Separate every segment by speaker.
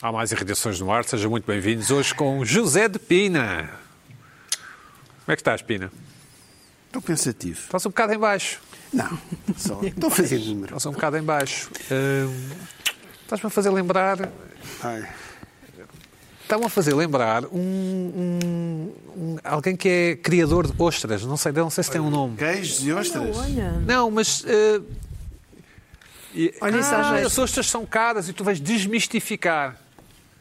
Speaker 1: Há mais irradiações no ar, sejam muito bem-vindos. Hoje com José de Pina. Como é que estás, Pina?
Speaker 2: Estou pensativo.
Speaker 1: Estás um bocado em baixo.
Speaker 2: Não, só. Estou a fazer número.
Speaker 1: Estás um bocado em baixo. Hum, Estás-me a fazer lembrar...
Speaker 2: Ai,
Speaker 1: Estão a fazer lembrar um, um- um- alguém que é criador de ostras. Não sei, não sei se tem um nome.
Speaker 2: Queijos e ostras?
Speaker 3: Olha,
Speaker 1: Não, mas... eh, e-
Speaker 3: Olha isso às
Speaker 1: ah,
Speaker 3: vezes.
Speaker 1: as ostras são caras e tu vais desmistificar.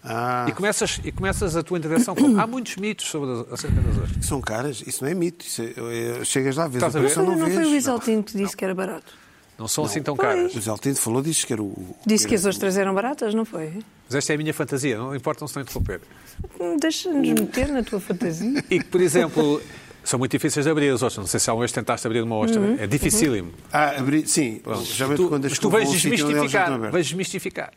Speaker 2: Ah,
Speaker 1: E começas, e começas a tua intervenção com. Há muitos mitos sobre as, acerca das ostras.
Speaker 2: são caras? Isso não é mito. Isso é- é- chegas lá, vês a
Speaker 1: Estás a ver?
Speaker 2: operação,
Speaker 3: não,
Speaker 2: não,
Speaker 3: não
Speaker 2: vês.
Speaker 3: foi o Isaltino que disse que era barato.
Speaker 1: Não são assim tão caras.
Speaker 2: O Isaltino falou, disse que era o...
Speaker 3: Disse que as ostras eram baratas, não foi?
Speaker 1: Mas esta é a minha fantasia, não importa se não interromper.
Speaker 3: Hum, Deixa-nos meter na tua fantasia.
Speaker 1: E que, por exemplo, são muito difíceis de abrir as ostras. Não sei se alguma vez tentaste abrir uma ostra.
Speaker 2: Uhum.
Speaker 1: É dificílimo.
Speaker 2: Ah, abri... sim. Já vês
Speaker 1: Tu,
Speaker 2: quando as
Speaker 1: mas tu
Speaker 2: que eu
Speaker 1: vais
Speaker 2: vou a um sítio onde elas já
Speaker 1: desmistificar.
Speaker 2: estão abertas.
Speaker 1: Vais desmistificar.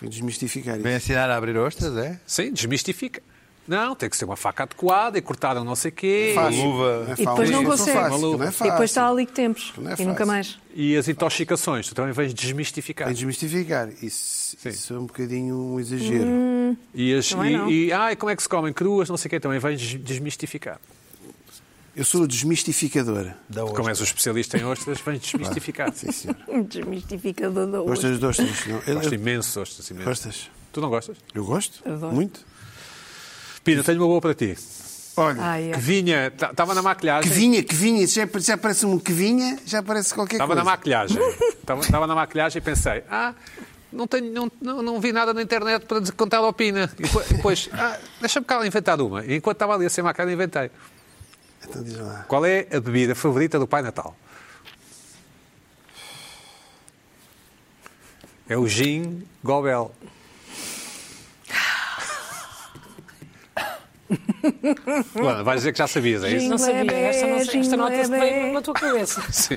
Speaker 2: Vem desmistificar
Speaker 4: Vem
Speaker 2: isso.
Speaker 4: ensinar a abrir ostras, é?
Speaker 1: Sim, desmistifica. Não, tem que ser uma faca adequada e cortar um não sei quê.
Speaker 2: Fácil. Não é
Speaker 4: luva.
Speaker 3: E depois
Speaker 2: fácil,
Speaker 3: não
Speaker 2: são
Speaker 3: consegue.
Speaker 2: fáceis, Não é
Speaker 3: E
Speaker 2: fácil.
Speaker 3: depois está ali que tempos.
Speaker 2: Não é
Speaker 3: e nunca
Speaker 2: fácil.
Speaker 3: mais.
Speaker 1: E as intoxicações, tu também vais desmistificar.
Speaker 2: Vem desmistificar. Isso, isso é um bocadinho um exagero.
Speaker 1: E, as,
Speaker 3: Não é não.
Speaker 1: e, e ai, como é que se comem cruas, não sei o quê, também vais des- desmistificar.
Speaker 2: Eu sou o desmistificador.
Speaker 4: Da
Speaker 1: Como é? és o especialista em ostras, vais desmistificar.
Speaker 2: Sim, senhor.
Speaker 3: Um Desmistificador da ostra.
Speaker 2: Gostas de ostras? Não? Eu-
Speaker 1: Gosto
Speaker 2: eu-
Speaker 1: imenso de ostras. Imenso.
Speaker 2: Gostas?
Speaker 1: Tu não gostas?
Speaker 2: Eu gosto.
Speaker 3: Adoro.
Speaker 2: Muito.
Speaker 1: Pina, tenho uma boa para ti.
Speaker 2: Olha,
Speaker 3: Ai,
Speaker 1: Que
Speaker 3: ai.
Speaker 1: vinha, estava na
Speaker 2: Que
Speaker 4: Assim.
Speaker 1: maquilhagem.
Speaker 2: vinha, que vinha, já, já parece um que vinha, já parece qualquer
Speaker 1: Estava na
Speaker 2: coisa.
Speaker 1: maquilhagem. Estava na maquilhagem e pensei, ah, não, tenho, não, não, não vi nada na internet para dizer- contar a Pina. E depois- depois, ah, deixa-me cá inventar uma. E enquanto estava ali a ser maquilhada, inventei.
Speaker 2: Então diz lá.
Speaker 1: Qual é a bebida favorita do Pai Natal? É o gin gobel. Luana, vais dizer que já sabias, é isso?
Speaker 3: Gin.
Speaker 5: Não sabia, esta, não,
Speaker 3: Leve,
Speaker 5: esta nota
Speaker 3: leve.
Speaker 5: veio na tua cabeça.
Speaker 1: Sim.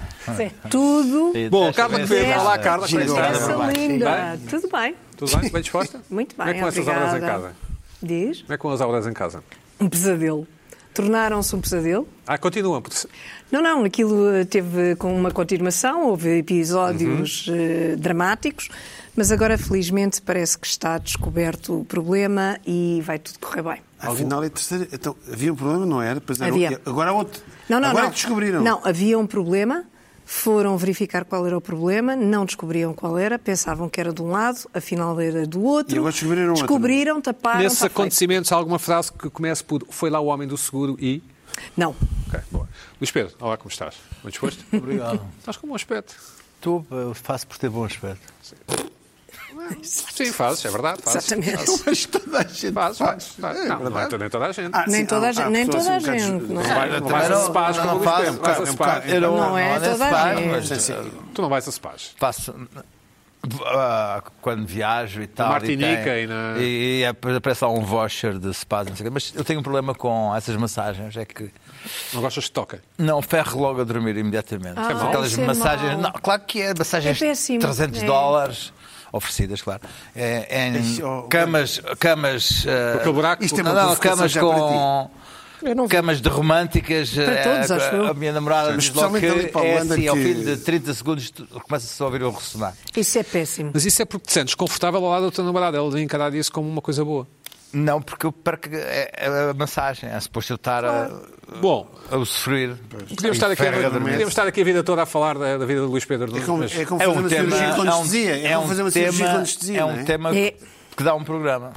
Speaker 3: Tudo
Speaker 1: Bom, Carla Quevedo, olá Carla, como é que
Speaker 2: Obrigada,
Speaker 3: essa
Speaker 1: estás?
Speaker 2: Barbara.
Speaker 3: linda. Tudo bem?
Speaker 1: Tudo bem? Bem disposta?
Speaker 3: Muito bem,
Speaker 1: Como é que vão essas
Speaker 3: obrigada.
Speaker 1: obras em casa?
Speaker 3: Diz?
Speaker 1: Como é que vão as obras em casa?
Speaker 3: Um pesadelo. Tornaram-se um pesadelo.
Speaker 1: Ah, continuam. porque-
Speaker 3: Não, não, aquilo eh, teve com uma continuação, houve episódios
Speaker 2: Uhum.
Speaker 3: eh, dramáticos, mas agora felizmente parece que está descoberto o problema e vai tudo correr bem.
Speaker 2: Afinal é terceira. Então, havia um problema, não era? Pois era
Speaker 3: Havia.
Speaker 2: outro. Agora há outro.
Speaker 3: Não, não,
Speaker 2: Agora
Speaker 3: não.
Speaker 2: é que descobriram.
Speaker 3: Não, havia um problema, foram verificar qual era o problema, não descobriam qual era, pensavam que era de um lado, afinal era do outro.
Speaker 2: E agora descobriram é? outro.
Speaker 3: Descobriram, taparam.
Speaker 1: Nesses
Speaker 3: Ah, está feito.
Speaker 1: acontecimentos, há alguma frase que comece por foi lá o homem do seguro e...
Speaker 3: Não,
Speaker 1: Ok, boa. Luís Pedro, olá, como estás? Bem disposto?
Speaker 4: Obrigado.
Speaker 1: Estás com um bom aspecto.
Speaker 4: Tu eh, faço por ter bom aspecto.
Speaker 1: Sim, fazes, é verdade. Fazes,
Speaker 3: exatamente.
Speaker 2: Mas toda a gente
Speaker 1: Fazes, fazes.
Speaker 2: faz.
Speaker 1: faz. Não, não é to- nem toda a gente.
Speaker 2: Ah,
Speaker 3: Nem
Speaker 2: sim,
Speaker 3: toda
Speaker 2: há-
Speaker 3: a gente-
Speaker 2: há
Speaker 3: nem
Speaker 2: pessoas
Speaker 3: toda a
Speaker 2: um bocado-
Speaker 3: gente, não é?
Speaker 1: Não vai- não vais
Speaker 4: Também
Speaker 1: a
Speaker 4: não-
Speaker 1: spas
Speaker 4: não
Speaker 1: como o Luís
Speaker 4: faço,
Speaker 1: Pedro. Vais a
Speaker 4: faço- um
Speaker 1: spa.
Speaker 4: eu
Speaker 3: Não é
Speaker 4: não
Speaker 3: toda a
Speaker 4: spa,
Speaker 3: gente.
Speaker 4: mas,
Speaker 2: Sim, sim.
Speaker 1: Tu não vais a spas.
Speaker 4: Faço ah, quando viajo e tal.
Speaker 1: Martinica
Speaker 4: e, tem-
Speaker 1: e na-
Speaker 4: e- e aparece lá um voucher de spas, não sei o quê. Mas eu tenho um problema com essas massagens, é que
Speaker 1: Não gostas de toca.
Speaker 4: não ferro logo a dormir imediatamente.
Speaker 3: Ah,
Speaker 4: São Aquelas
Speaker 3: isso é
Speaker 4: massagens.
Speaker 3: mau.
Speaker 4: Não, claro que é massagens
Speaker 3: É
Speaker 4: de
Speaker 3: péssimo,
Speaker 4: 300
Speaker 3: é.
Speaker 4: dólares. Oferecidas, claro. É, em
Speaker 2: Ixi, oh,
Speaker 4: camas. camas ah,
Speaker 1: Aquele buraco.
Speaker 2: Isto é
Speaker 4: não,
Speaker 2: uma
Speaker 4: não,
Speaker 2: provocação
Speaker 4: camas
Speaker 2: já para
Speaker 4: com.
Speaker 3: Eu não vi.
Speaker 4: Camas de românticas. eh,
Speaker 3: todos,
Speaker 4: a,
Speaker 3: acho eu.
Speaker 4: a minha namorada
Speaker 2: Mas
Speaker 4: diz logo que
Speaker 2: especialmente ali para a
Speaker 4: é
Speaker 2: Holanda
Speaker 4: assim, ao
Speaker 2: que-
Speaker 4: fim de 30 segundos tu- começa-se a ouvir o ressonar.
Speaker 3: isso é péssimo.
Speaker 1: Mas isso é porque te sentes confortável ao lado da tua namorada. Ela devia encarar isso como uma coisa boa.
Speaker 4: Não, porque eu perco é, é a massagem. É suposto eu estar a,
Speaker 1: Bom,
Speaker 4: a usufruir.
Speaker 1: podíamos estar, aqui a,
Speaker 4: Ferra dormir.
Speaker 1: podíamos estar aqui a vida toda a falar da, da vida do Luís Pedro.
Speaker 2: É como,
Speaker 1: mas-
Speaker 2: é como
Speaker 4: É
Speaker 2: fazer
Speaker 4: um
Speaker 2: uma
Speaker 4: tema.
Speaker 2: cirurgia com
Speaker 4: é um-
Speaker 2: anestesia. É
Speaker 4: é
Speaker 2: como
Speaker 4: um
Speaker 2: fazer uma
Speaker 4: tema-
Speaker 2: cirurgia com anestesia.
Speaker 4: É
Speaker 2: não
Speaker 4: um tema
Speaker 3: É.
Speaker 4: que dá um programa.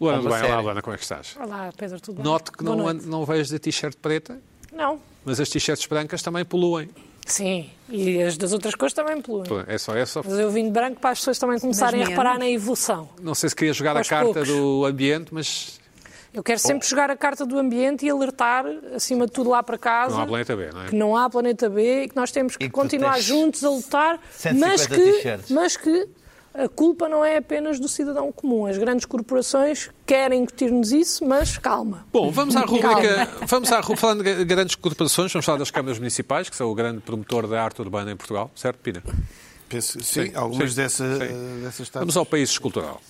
Speaker 1: Luana, bem,
Speaker 4: Uma
Speaker 1: olá,
Speaker 4: série.
Speaker 1: Luana, como é que estás?
Speaker 5: Olá, Pedro, tudo bem?
Speaker 1: Note que
Speaker 5: Boa
Speaker 1: não,
Speaker 5: noite.
Speaker 1: ando- não vejo de t-shirt preta,
Speaker 5: Não.
Speaker 1: mas as t-shirts brancas também poluem.
Speaker 5: Sim, e as das outras cores também poluem.
Speaker 1: É só, é só.
Speaker 5: Mas eu vim de branco para as pessoas também começarem a
Speaker 3: menos.
Speaker 5: reparar na evolução.
Speaker 1: Não sei se queria jogar a
Speaker 5: Aos
Speaker 1: carta
Speaker 5: poucos.
Speaker 1: do ambiente, mas
Speaker 5: Eu
Speaker 1: Oh.
Speaker 5: quero sempre jogar a carta do ambiente e alertar, acima de tudo, lá para casa.
Speaker 1: não há planeta B, não é?
Speaker 5: Que não há planeta B e que nós temos que
Speaker 4: E que tu
Speaker 5: continuar
Speaker 4: tens
Speaker 5: juntos a lutar,
Speaker 4: 150
Speaker 5: mas que,
Speaker 4: t-shirts.
Speaker 5: mas que a culpa não é apenas do cidadão comum. As grandes corporações querem incutir-nos isso, mas calma.
Speaker 1: Bom, vamos à rubrica. Vamos à rubrica. Falando de grandes corporações, vamos falar das câmaras municipais, que são o grande promotor da arte urbana em Portugal, certo, Pina?
Speaker 2: Penso, sim,
Speaker 1: Sim,
Speaker 2: algumas
Speaker 1: sim,
Speaker 2: dessa,
Speaker 1: sim.
Speaker 2: dessas
Speaker 1: Vamos ao país escultural.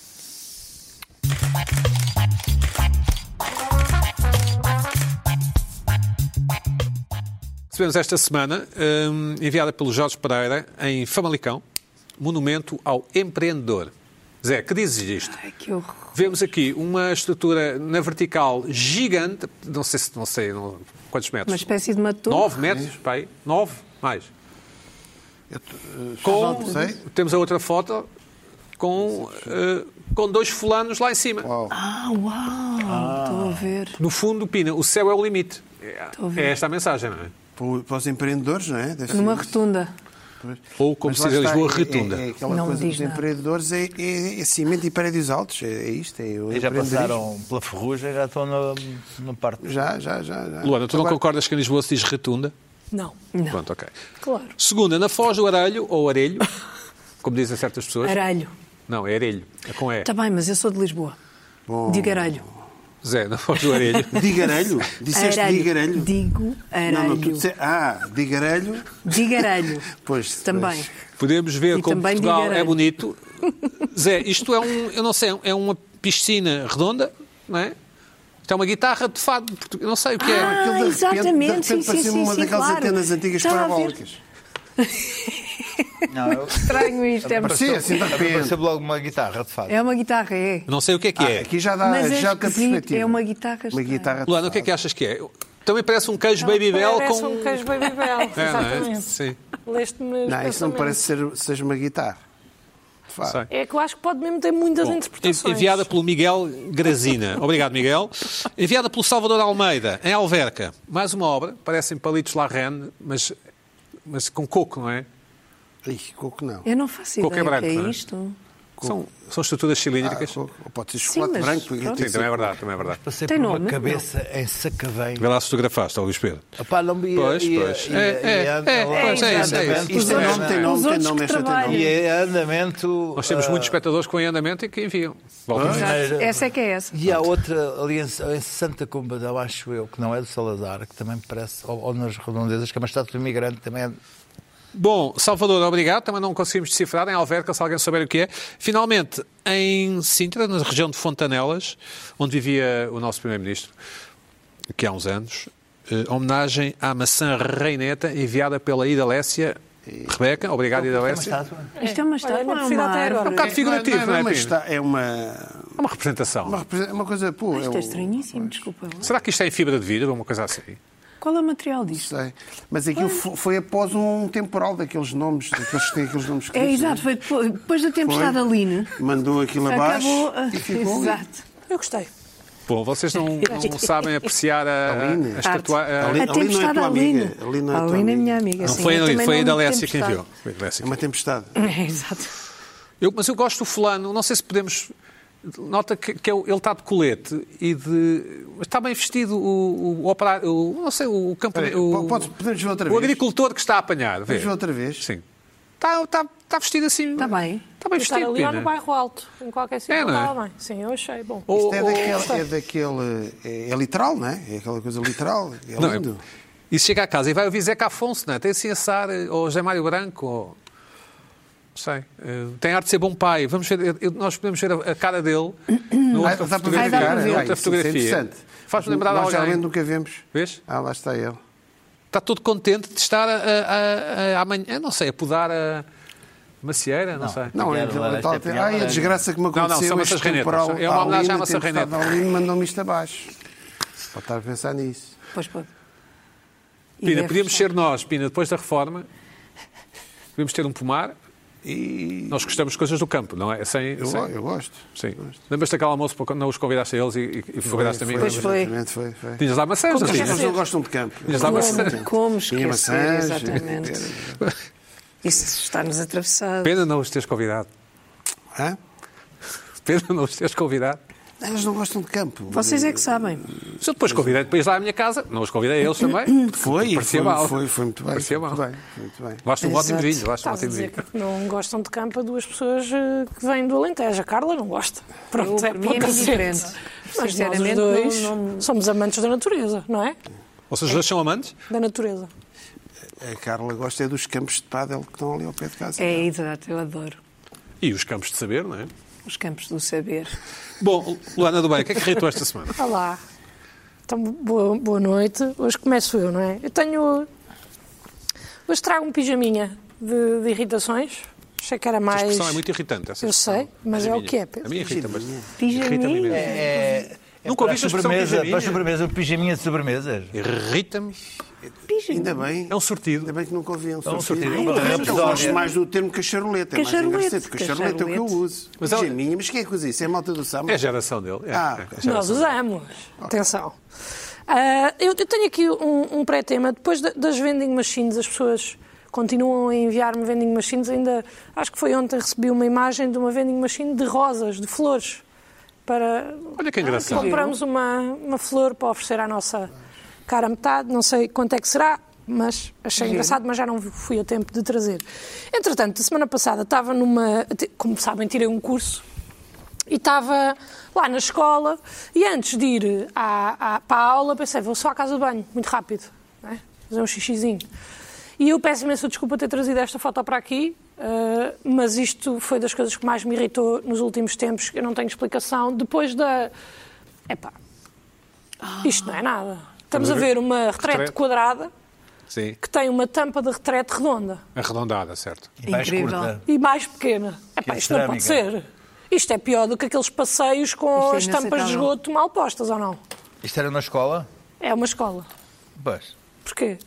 Speaker 1: Recebemos esta semana, hum, enviada pelo Jorge Pereira, em Famalicão, monumento ao empreendedor. Zé, que dizes isto?
Speaker 3: Ai, que horror.
Speaker 1: Vemos aqui uma estrutura na vertical gigante, não sei se não sei não- quantos
Speaker 3: Uma
Speaker 1: metros.
Speaker 3: espécie de uma torre.
Speaker 1: 9 metros, pai, 9 mais.
Speaker 2: Eu t- eh,
Speaker 1: Com,
Speaker 2: não sei.
Speaker 1: temos a outra foto com, eh, com dois fulanos lá em cima.
Speaker 2: Uau.
Speaker 3: Ah, uau! Ah. Estou a ver.
Speaker 1: No fundo, Pina, o céu é o limite. É-
Speaker 3: Estou a ver.
Speaker 1: É esta a mensagem, não é?
Speaker 2: Para, para os empreendedores, não é? Deve ser
Speaker 3: Numa
Speaker 2: isso.
Speaker 3: rotunda.
Speaker 2: Pois.
Speaker 1: Ou, como
Speaker 2: Mas
Speaker 1: se
Speaker 2: lá
Speaker 1: diz em
Speaker 2: está,
Speaker 1: Lisboa,
Speaker 2: é-
Speaker 1: retunda.
Speaker 2: É, é aquela
Speaker 3: Não me
Speaker 2: coisa
Speaker 3: diz
Speaker 2: dos
Speaker 3: nada.
Speaker 2: empreendedores, é, é- é cimento e prédios altos. É, é isto, é o
Speaker 4: E já
Speaker 2: empreendedorismo.
Speaker 4: passaram pela ferrugem, já estão na, na parte.
Speaker 2: Já, já, já. já.
Speaker 1: Luana, tu não
Speaker 2: Agora-
Speaker 1: concordas que em Lisboa se diz retunda?
Speaker 5: Não,
Speaker 3: Não.
Speaker 1: Pronto, ok.
Speaker 5: claro.
Speaker 1: Segunda, na Foz do Arelho, ou Arelho, como dizem certas pessoas.
Speaker 3: Aralho.
Speaker 1: Não, é Arelho. É com E.
Speaker 3: Está bem, mas eu sou de Lisboa.
Speaker 2: Bom.
Speaker 3: Digo aralho.
Speaker 1: Zé, na Foz do Arelho.
Speaker 2: Digarelho? Disseste digarelho?
Speaker 3: Digo
Speaker 2: Não, não,
Speaker 3: aralho.
Speaker 2: tu disseste... Ah, digarelho.
Speaker 3: Digo aralho.
Speaker 2: Pois,
Speaker 3: Também.
Speaker 1: Podemos ver
Speaker 3: E
Speaker 1: como
Speaker 3: também diga
Speaker 1: Portugal
Speaker 3: Arelho.
Speaker 1: é bonito. Zé, isto é um, eu não sei, é uma piscina redonda, não é? Isto é uma guitarra de fado, portu- eu não sei o que é.
Speaker 3: Ah,
Speaker 2: Aquilo de repente-
Speaker 3: exatamente,
Speaker 2: de repente
Speaker 3: sim, sim,
Speaker 2: parecia
Speaker 3: sim,
Speaker 2: uma
Speaker 3: sim,
Speaker 2: daquelas
Speaker 3: claro.
Speaker 2: antenas antigas
Speaker 3: Estava a ver.
Speaker 2: parabólicas.
Speaker 4: Não, eu...
Speaker 3: Estranho isto. É,
Speaker 2: Parecia assim de repente.
Speaker 4: Apareceu logo uma guitarra, de fato.
Speaker 3: é uma guitarra, é.
Speaker 1: Eu Não sei o que é que é.
Speaker 2: Ah, aqui já dá
Speaker 3: Mas é
Speaker 2: já outra
Speaker 3: esquisito,
Speaker 2: perspectiva.
Speaker 3: é uma guitarra
Speaker 2: Uma
Speaker 3: estranha.
Speaker 2: guitarra de
Speaker 1: Luana, o que é que achas que é? Também parece um queijo
Speaker 5: Não,
Speaker 1: Baby Bell
Speaker 5: parece
Speaker 1: com.
Speaker 5: um queijo Baby Bell,
Speaker 1: É, não é?
Speaker 5: exatamente.
Speaker 1: Sim,
Speaker 5: Leste-me
Speaker 2: Não,
Speaker 5: os
Speaker 2: isso não me
Speaker 5: pensamentos.
Speaker 2: parece ser, seja uma guitarra. De facto.
Speaker 1: sei.
Speaker 5: É que eu acho que pode mesmo ter muitas
Speaker 1: Bom,
Speaker 5: interpretações.
Speaker 1: Enviada pelo Miguel Grazina. Obrigado, Miguel. Enviada pelo Salvador Almeida, em Alverca. Mais uma obra, parecem palitos La Reine, mas, mas com coco, não é?
Speaker 2: Ih, coco não.
Speaker 3: Eu não faço ideia
Speaker 1: Coco é
Speaker 3: o que
Speaker 1: branco, não
Speaker 3: é
Speaker 1: é?
Speaker 3: isto.
Speaker 1: São, são estruturas
Speaker 2: Ah,
Speaker 1: cilíndricas.
Speaker 2: coco. Ou pode ser chocolate
Speaker 3: mas
Speaker 2: branco. porque
Speaker 3: pronto.
Speaker 2: tem
Speaker 1: Sim,
Speaker 2: que
Speaker 1: também é
Speaker 2: ser-
Speaker 1: verdade, também é verdade.
Speaker 4: Passei
Speaker 3: Tem
Speaker 4: por uma
Speaker 3: nome?
Speaker 4: cabeça em Sacavém.
Speaker 1: Vê lá se fotografaste, ó, Luís Pedro.
Speaker 4: Epá, não me ia-
Speaker 1: Pois,
Speaker 4: ia-
Speaker 1: pois.
Speaker 4: ia-
Speaker 1: É, é,
Speaker 4: ia-
Speaker 1: é,
Speaker 4: ia-
Speaker 1: pois é isso, é
Speaker 4: ia-
Speaker 1: isso.
Speaker 4: ia-
Speaker 2: Isto
Speaker 4: ia-
Speaker 2: é
Speaker 4: ia-
Speaker 2: nome, tem nome,
Speaker 3: Os
Speaker 2: tem
Speaker 3: outros
Speaker 2: nome,
Speaker 3: que
Speaker 2: este tem
Speaker 3: trabalham.
Speaker 2: nome.
Speaker 4: E é andamento.
Speaker 1: Nós temos
Speaker 4: ah,
Speaker 1: muitos espectadores com andamento e que enviam. Volta e meia.
Speaker 4: Mas-
Speaker 3: Essa é que é essa.
Speaker 4: E há outra ali em, em Santa Combadão, acho eu, que não é do Salazar, que também parece, ou, ou nas redondezas, que é uma estátua de imigrante também. é-
Speaker 1: Bom, Salvador, obrigado. Também não conseguimos decifrar em Alverca, se alguém souber o que é. Finalmente, em Sintra, na região de Fontanelas, onde vivia o nosso Primeiro-Ministro, que há uns anos, eh, homenagem à maçã reineta enviada pela Idalécia. Rebeca, obrigado,
Speaker 4: É uma
Speaker 1: Idalécia.
Speaker 4: estátua.
Speaker 3: Isto é uma estátua,
Speaker 5: não
Speaker 3: não é
Speaker 5: prefiro
Speaker 3: uma
Speaker 5: até agora.
Speaker 3: árvore.
Speaker 1: É um bocado figurativo, não,
Speaker 2: é,
Speaker 1: é?
Speaker 2: uma,
Speaker 1: Pina?
Speaker 2: esta- é uma,
Speaker 1: É uma representação.
Speaker 2: uma, represen- é uma coisa. Pô,
Speaker 3: Isto
Speaker 2: eu-
Speaker 3: é estranhíssimo, desculpa. lá.
Speaker 1: Será que isto é em fibra de vidro ou uma coisa assim?
Speaker 3: Qual é o material disto?
Speaker 2: sei. Mas aquilo fo- foi após um temporal daqueles nomes, daqueles que têm aqueles nomes
Speaker 3: É
Speaker 2: escritos,
Speaker 3: exato, foi depois, depois da tempestade
Speaker 2: Foi.
Speaker 3: Aline.
Speaker 2: Mandou aquilo abaixo
Speaker 3: Acabou.
Speaker 2: e ficou. ali.
Speaker 3: Exato.
Speaker 5: Eu gostei.
Speaker 1: Bom, vocês não, não sabem apreciar a,
Speaker 2: Aline.
Speaker 1: a, a estatua. a-
Speaker 2: Ali-
Speaker 3: a
Speaker 2: ali não é
Speaker 3: tempestade
Speaker 2: tua
Speaker 3: Aline.
Speaker 2: amiga, ali não é tua
Speaker 3: Aline é
Speaker 2: amiga.
Speaker 3: minha amiga.
Speaker 1: Não
Speaker 3: sim,
Speaker 1: foi
Speaker 3: eu
Speaker 1: a Aline,
Speaker 3: também
Speaker 1: foi a
Speaker 3: não amo
Speaker 1: Idalécia que
Speaker 3: tempestade.
Speaker 1: enviou. Foi a Idalécia
Speaker 2: É
Speaker 1: que
Speaker 2: uma tempestade.
Speaker 3: É, exato.
Speaker 1: Eu- mas eu gosto do fulano, não sei se podemos. Nota que, que ele está de colete e de. Mas está bem vestido o, o, operário- o- não sei, o
Speaker 2: Peraí,
Speaker 1: campeão. O,
Speaker 2: pode- podemos ver outra
Speaker 1: o
Speaker 2: vez?
Speaker 1: agricultor que está a apanhar. vê.
Speaker 2: Vamos ver outra vez?
Speaker 1: Sim. Está, está, está vestido assim.
Speaker 3: Está bem.
Speaker 1: Está bem vestido.
Speaker 5: Estar ali ou
Speaker 1: Pina.
Speaker 5: no bairro alto, em qualquer sítio,
Speaker 1: É, não é?
Speaker 5: estava bem. Sim, eu achei bom.
Speaker 1: Ou-
Speaker 2: Isto é
Speaker 1: ou-
Speaker 2: daquele. É, daquele é, é literal, não é? É aquela coisa literal. É
Speaker 1: Não,
Speaker 2: lindo.
Speaker 1: é- E chega a casa e vai ouvir Zeca Afonso, não é? Tem assim a Sar, ou José Mário Branco, ou. Não sei. eh, Tem arte de ser bom pai. Vamos ver, eh, eu- nós podemos ver a, a cara dele. no
Speaker 2: Ah,
Speaker 1: outra
Speaker 2: dá para ver a
Speaker 1: fotografia.
Speaker 2: cara?
Speaker 1: noutra
Speaker 2: Ah, isso- isso é
Speaker 1: fotografia.
Speaker 2: interessante.
Speaker 1: Faz-me lembrar de
Speaker 2: Nós
Speaker 1: alguém.
Speaker 2: geralmente nunca vemos.
Speaker 1: Vês?
Speaker 2: Ah, lá está ele.
Speaker 1: Está todo contente de estar a, a, a- a- amanhã, não sei, a podar a macieira, não, sei.
Speaker 2: Não, é,
Speaker 4: Pinheiro Laranja,
Speaker 2: tal,
Speaker 4: é
Speaker 2: tem,
Speaker 4: Pinheiro
Speaker 2: ai, a
Speaker 4: Laranja.
Speaker 2: desgraça que me
Speaker 1: não, são
Speaker 2: aconteceu
Speaker 1: maçãs
Speaker 2: este
Speaker 1: reinetas.
Speaker 2: temporal.
Speaker 1: É uma homenagem à
Speaker 2: Aline,
Speaker 1: maçã
Speaker 2: tempestade
Speaker 1: reineta.
Speaker 2: Aline, mandou-me isto abaixo. Pode estar a pensar nisso.
Speaker 3: Pois pode. E
Speaker 1: Pina,
Speaker 3: deve
Speaker 1: podíamos
Speaker 3: estar.
Speaker 1: ser nós, Pina, depois da reforma, podíamos ter um pomar.
Speaker 2: E
Speaker 1: Nós gostamos de coisas do campo, não é? Sem,
Speaker 2: eu,
Speaker 1: sem-
Speaker 2: eu gosto.
Speaker 1: sim. Lembras-te daquele almoço para quando não os convidaste a eles e, e- e convidaste a mim?
Speaker 3: Pois foi.
Speaker 2: exatamente, foi, foi.
Speaker 1: Tinhas lá maçãs, não
Speaker 5: Como
Speaker 1: tinhas?
Speaker 2: Eles não gostam de campo.
Speaker 1: Tinhas lá maçãs.
Speaker 3: Como, como esquecer,
Speaker 2: Tinha maçãs.
Speaker 3: exatamente. Isso está-nos atravessado.
Speaker 1: Pena não os teres convidado.
Speaker 2: Hã?
Speaker 1: Pena não os teres convidado.
Speaker 2: Eles não gostam de campo.
Speaker 3: Vocês é que sabem.
Speaker 1: Se eu depois convidei depois lá à minha casa, não os convidei a eles também.
Speaker 2: Foi,
Speaker 1: Parecia
Speaker 2: foi,
Speaker 1: mal.
Speaker 2: foi, foi muito bem.
Speaker 1: Parecia
Speaker 2: foi muito
Speaker 1: mal.
Speaker 2: bem, foi muito bem.
Speaker 1: Basta um ótimo
Speaker 3: Exato.
Speaker 1: vinho, basta um
Speaker 5: Estás a
Speaker 1: ótimo
Speaker 5: dizer
Speaker 1: vinho.
Speaker 5: que não gostam de campo a duas pessoas eh, que vêm do Alentejo. A Carla não gosta. Pronto,
Speaker 3: Eu,
Speaker 5: é
Speaker 3: para mim é
Speaker 5: pouca
Speaker 3: muito
Speaker 5: gente.
Speaker 3: diferente.
Speaker 5: Mas nós os
Speaker 3: Sinceramente,
Speaker 5: dois
Speaker 3: não-
Speaker 5: somos amantes da natureza, não é?
Speaker 1: Vocês dois são amantes?
Speaker 5: Da natureza.
Speaker 2: A Carla gosta é dos campos de pádel que estão ali ao pé de casa.
Speaker 3: É, exato, eu adoro
Speaker 1: E os campos de saber, não é?
Speaker 3: os campos do saber.
Speaker 1: Bom, Luana do Bem, o que é que irritou esta semana?
Speaker 5: Olá. Então, boa, boa noite. Hoje começo eu, não é? Eu tenho. Hoje trago um pijaminha de, de irritações. Achei que era
Speaker 1: Essa
Speaker 5: mais.
Speaker 1: expressão é muito irritante. Essa
Speaker 5: Eu
Speaker 1: expressão.
Speaker 5: sei, mas é o
Speaker 1: Pijaminha.
Speaker 5: que é, Pedro.
Speaker 1: A mim irrita, mas...
Speaker 3: Pijaminha.
Speaker 1: Irrita-me imenso.
Speaker 4: É, é
Speaker 1: Nunca
Speaker 4: para
Speaker 1: ouviste a
Speaker 4: a
Speaker 1: expressão
Speaker 4: sobremesa, para
Speaker 1: pijaminha?
Speaker 4: a sobremesa, o pijaminha de sobremesas.
Speaker 1: Irrita-me.
Speaker 2: Ainda bem.
Speaker 1: É um sortido.
Speaker 2: Ainda bem que nunca ouvi um
Speaker 4: um
Speaker 2: sortido.
Speaker 4: sortido.
Speaker 2: Eu
Speaker 4: Uma
Speaker 2: gosto
Speaker 4: rapsódia.
Speaker 2: mais do termo cacharoleta. É mais
Speaker 3: Cacharolete,
Speaker 2: engraçado. Cacharolete é o que eu
Speaker 3: cacharolete.
Speaker 2: uso.
Speaker 1: Mas
Speaker 2: Mas
Speaker 1: ela-
Speaker 2: é minha, mas quem é que usa isso? É a malta do samba?
Speaker 1: É a geração dele. É,
Speaker 2: Ah,
Speaker 1: é.
Speaker 2: ok.
Speaker 5: Nós usamos. Atenção. Ah, eu, eu tenho aqui um, um pré-tema. Depois da- das vending machines, as pessoas continuam a enviar-me vending machines. Ainda acho que foi ontem recebi uma imagem de uma vending machine de rosas, de flores. Para
Speaker 1: é. Olha que engraçado.
Speaker 5: compramos uma, uma flor para oferecer à nossa cara metade. Não sei quanto é que será, mas achei engraçado, mas já não fui a tempo de trazer. Entretanto, a semana passada estava numa. Como sabem, tirei um curso e estava lá na escola e antes de ir à, à- para a aula pensei, vou só à casa de banho, muito rápido, né? fazer um xixizinho. E eu peço imensa desculpa ter trazido esta foto para aqui, eh, mas isto foi das coisas que mais me irritou nos últimos tempos, eu não tenho explicação. Depois da... Epá, isto não é nada. Estamos a ver uma retrete
Speaker 1: Retrete.
Speaker 5: quadrada
Speaker 1: Sim.
Speaker 5: que tem uma tampa de retrete redonda
Speaker 1: Arredondada, certo.
Speaker 4: E mais
Speaker 3: Incrível.
Speaker 4: curta.
Speaker 5: e mais pequena. Epá,
Speaker 4: é
Speaker 5: isto não pode
Speaker 4: cerâmica.
Speaker 5: ser. Isto é pior do que aqueles passeios com
Speaker 3: Isto é
Speaker 5: as tampas de
Speaker 3: inaceitável.
Speaker 5: esgoto mal postas, ou não?
Speaker 4: Isto era na escola?
Speaker 5: É uma escola.
Speaker 4: Pois.
Speaker 5: Porquê?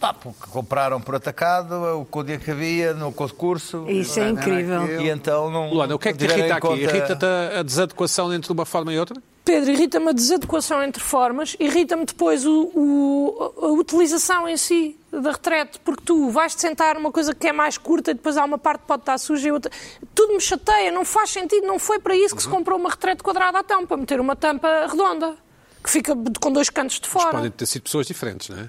Speaker 4: Pá, porque compraram por atacado, é o que o dia que havia, no concurso.
Speaker 3: Isso é incrível.
Speaker 4: E então não.
Speaker 1: Luana, o que é que te
Speaker 4: tiveram em
Speaker 1: irrita aqui?
Speaker 4: conta-
Speaker 1: Irrita-te a a desadequação entre uma forma e outra?
Speaker 5: Pedro, irrita-me a desadequação entre formas, irrita-me depois o- o- a utilização em si da retrete, porque tu vais-te sentar numa coisa que é mais curta e depois há uma parte que pode estar suja e outra. Tudo me chateia, não faz sentido, não foi para isso que
Speaker 1: Uhum.
Speaker 5: se comprou uma retrete quadrada à tampa, meter uma tampa redonda, que fica com dois cantos de fora.
Speaker 1: Podem ter sido pessoas diferentes, não é?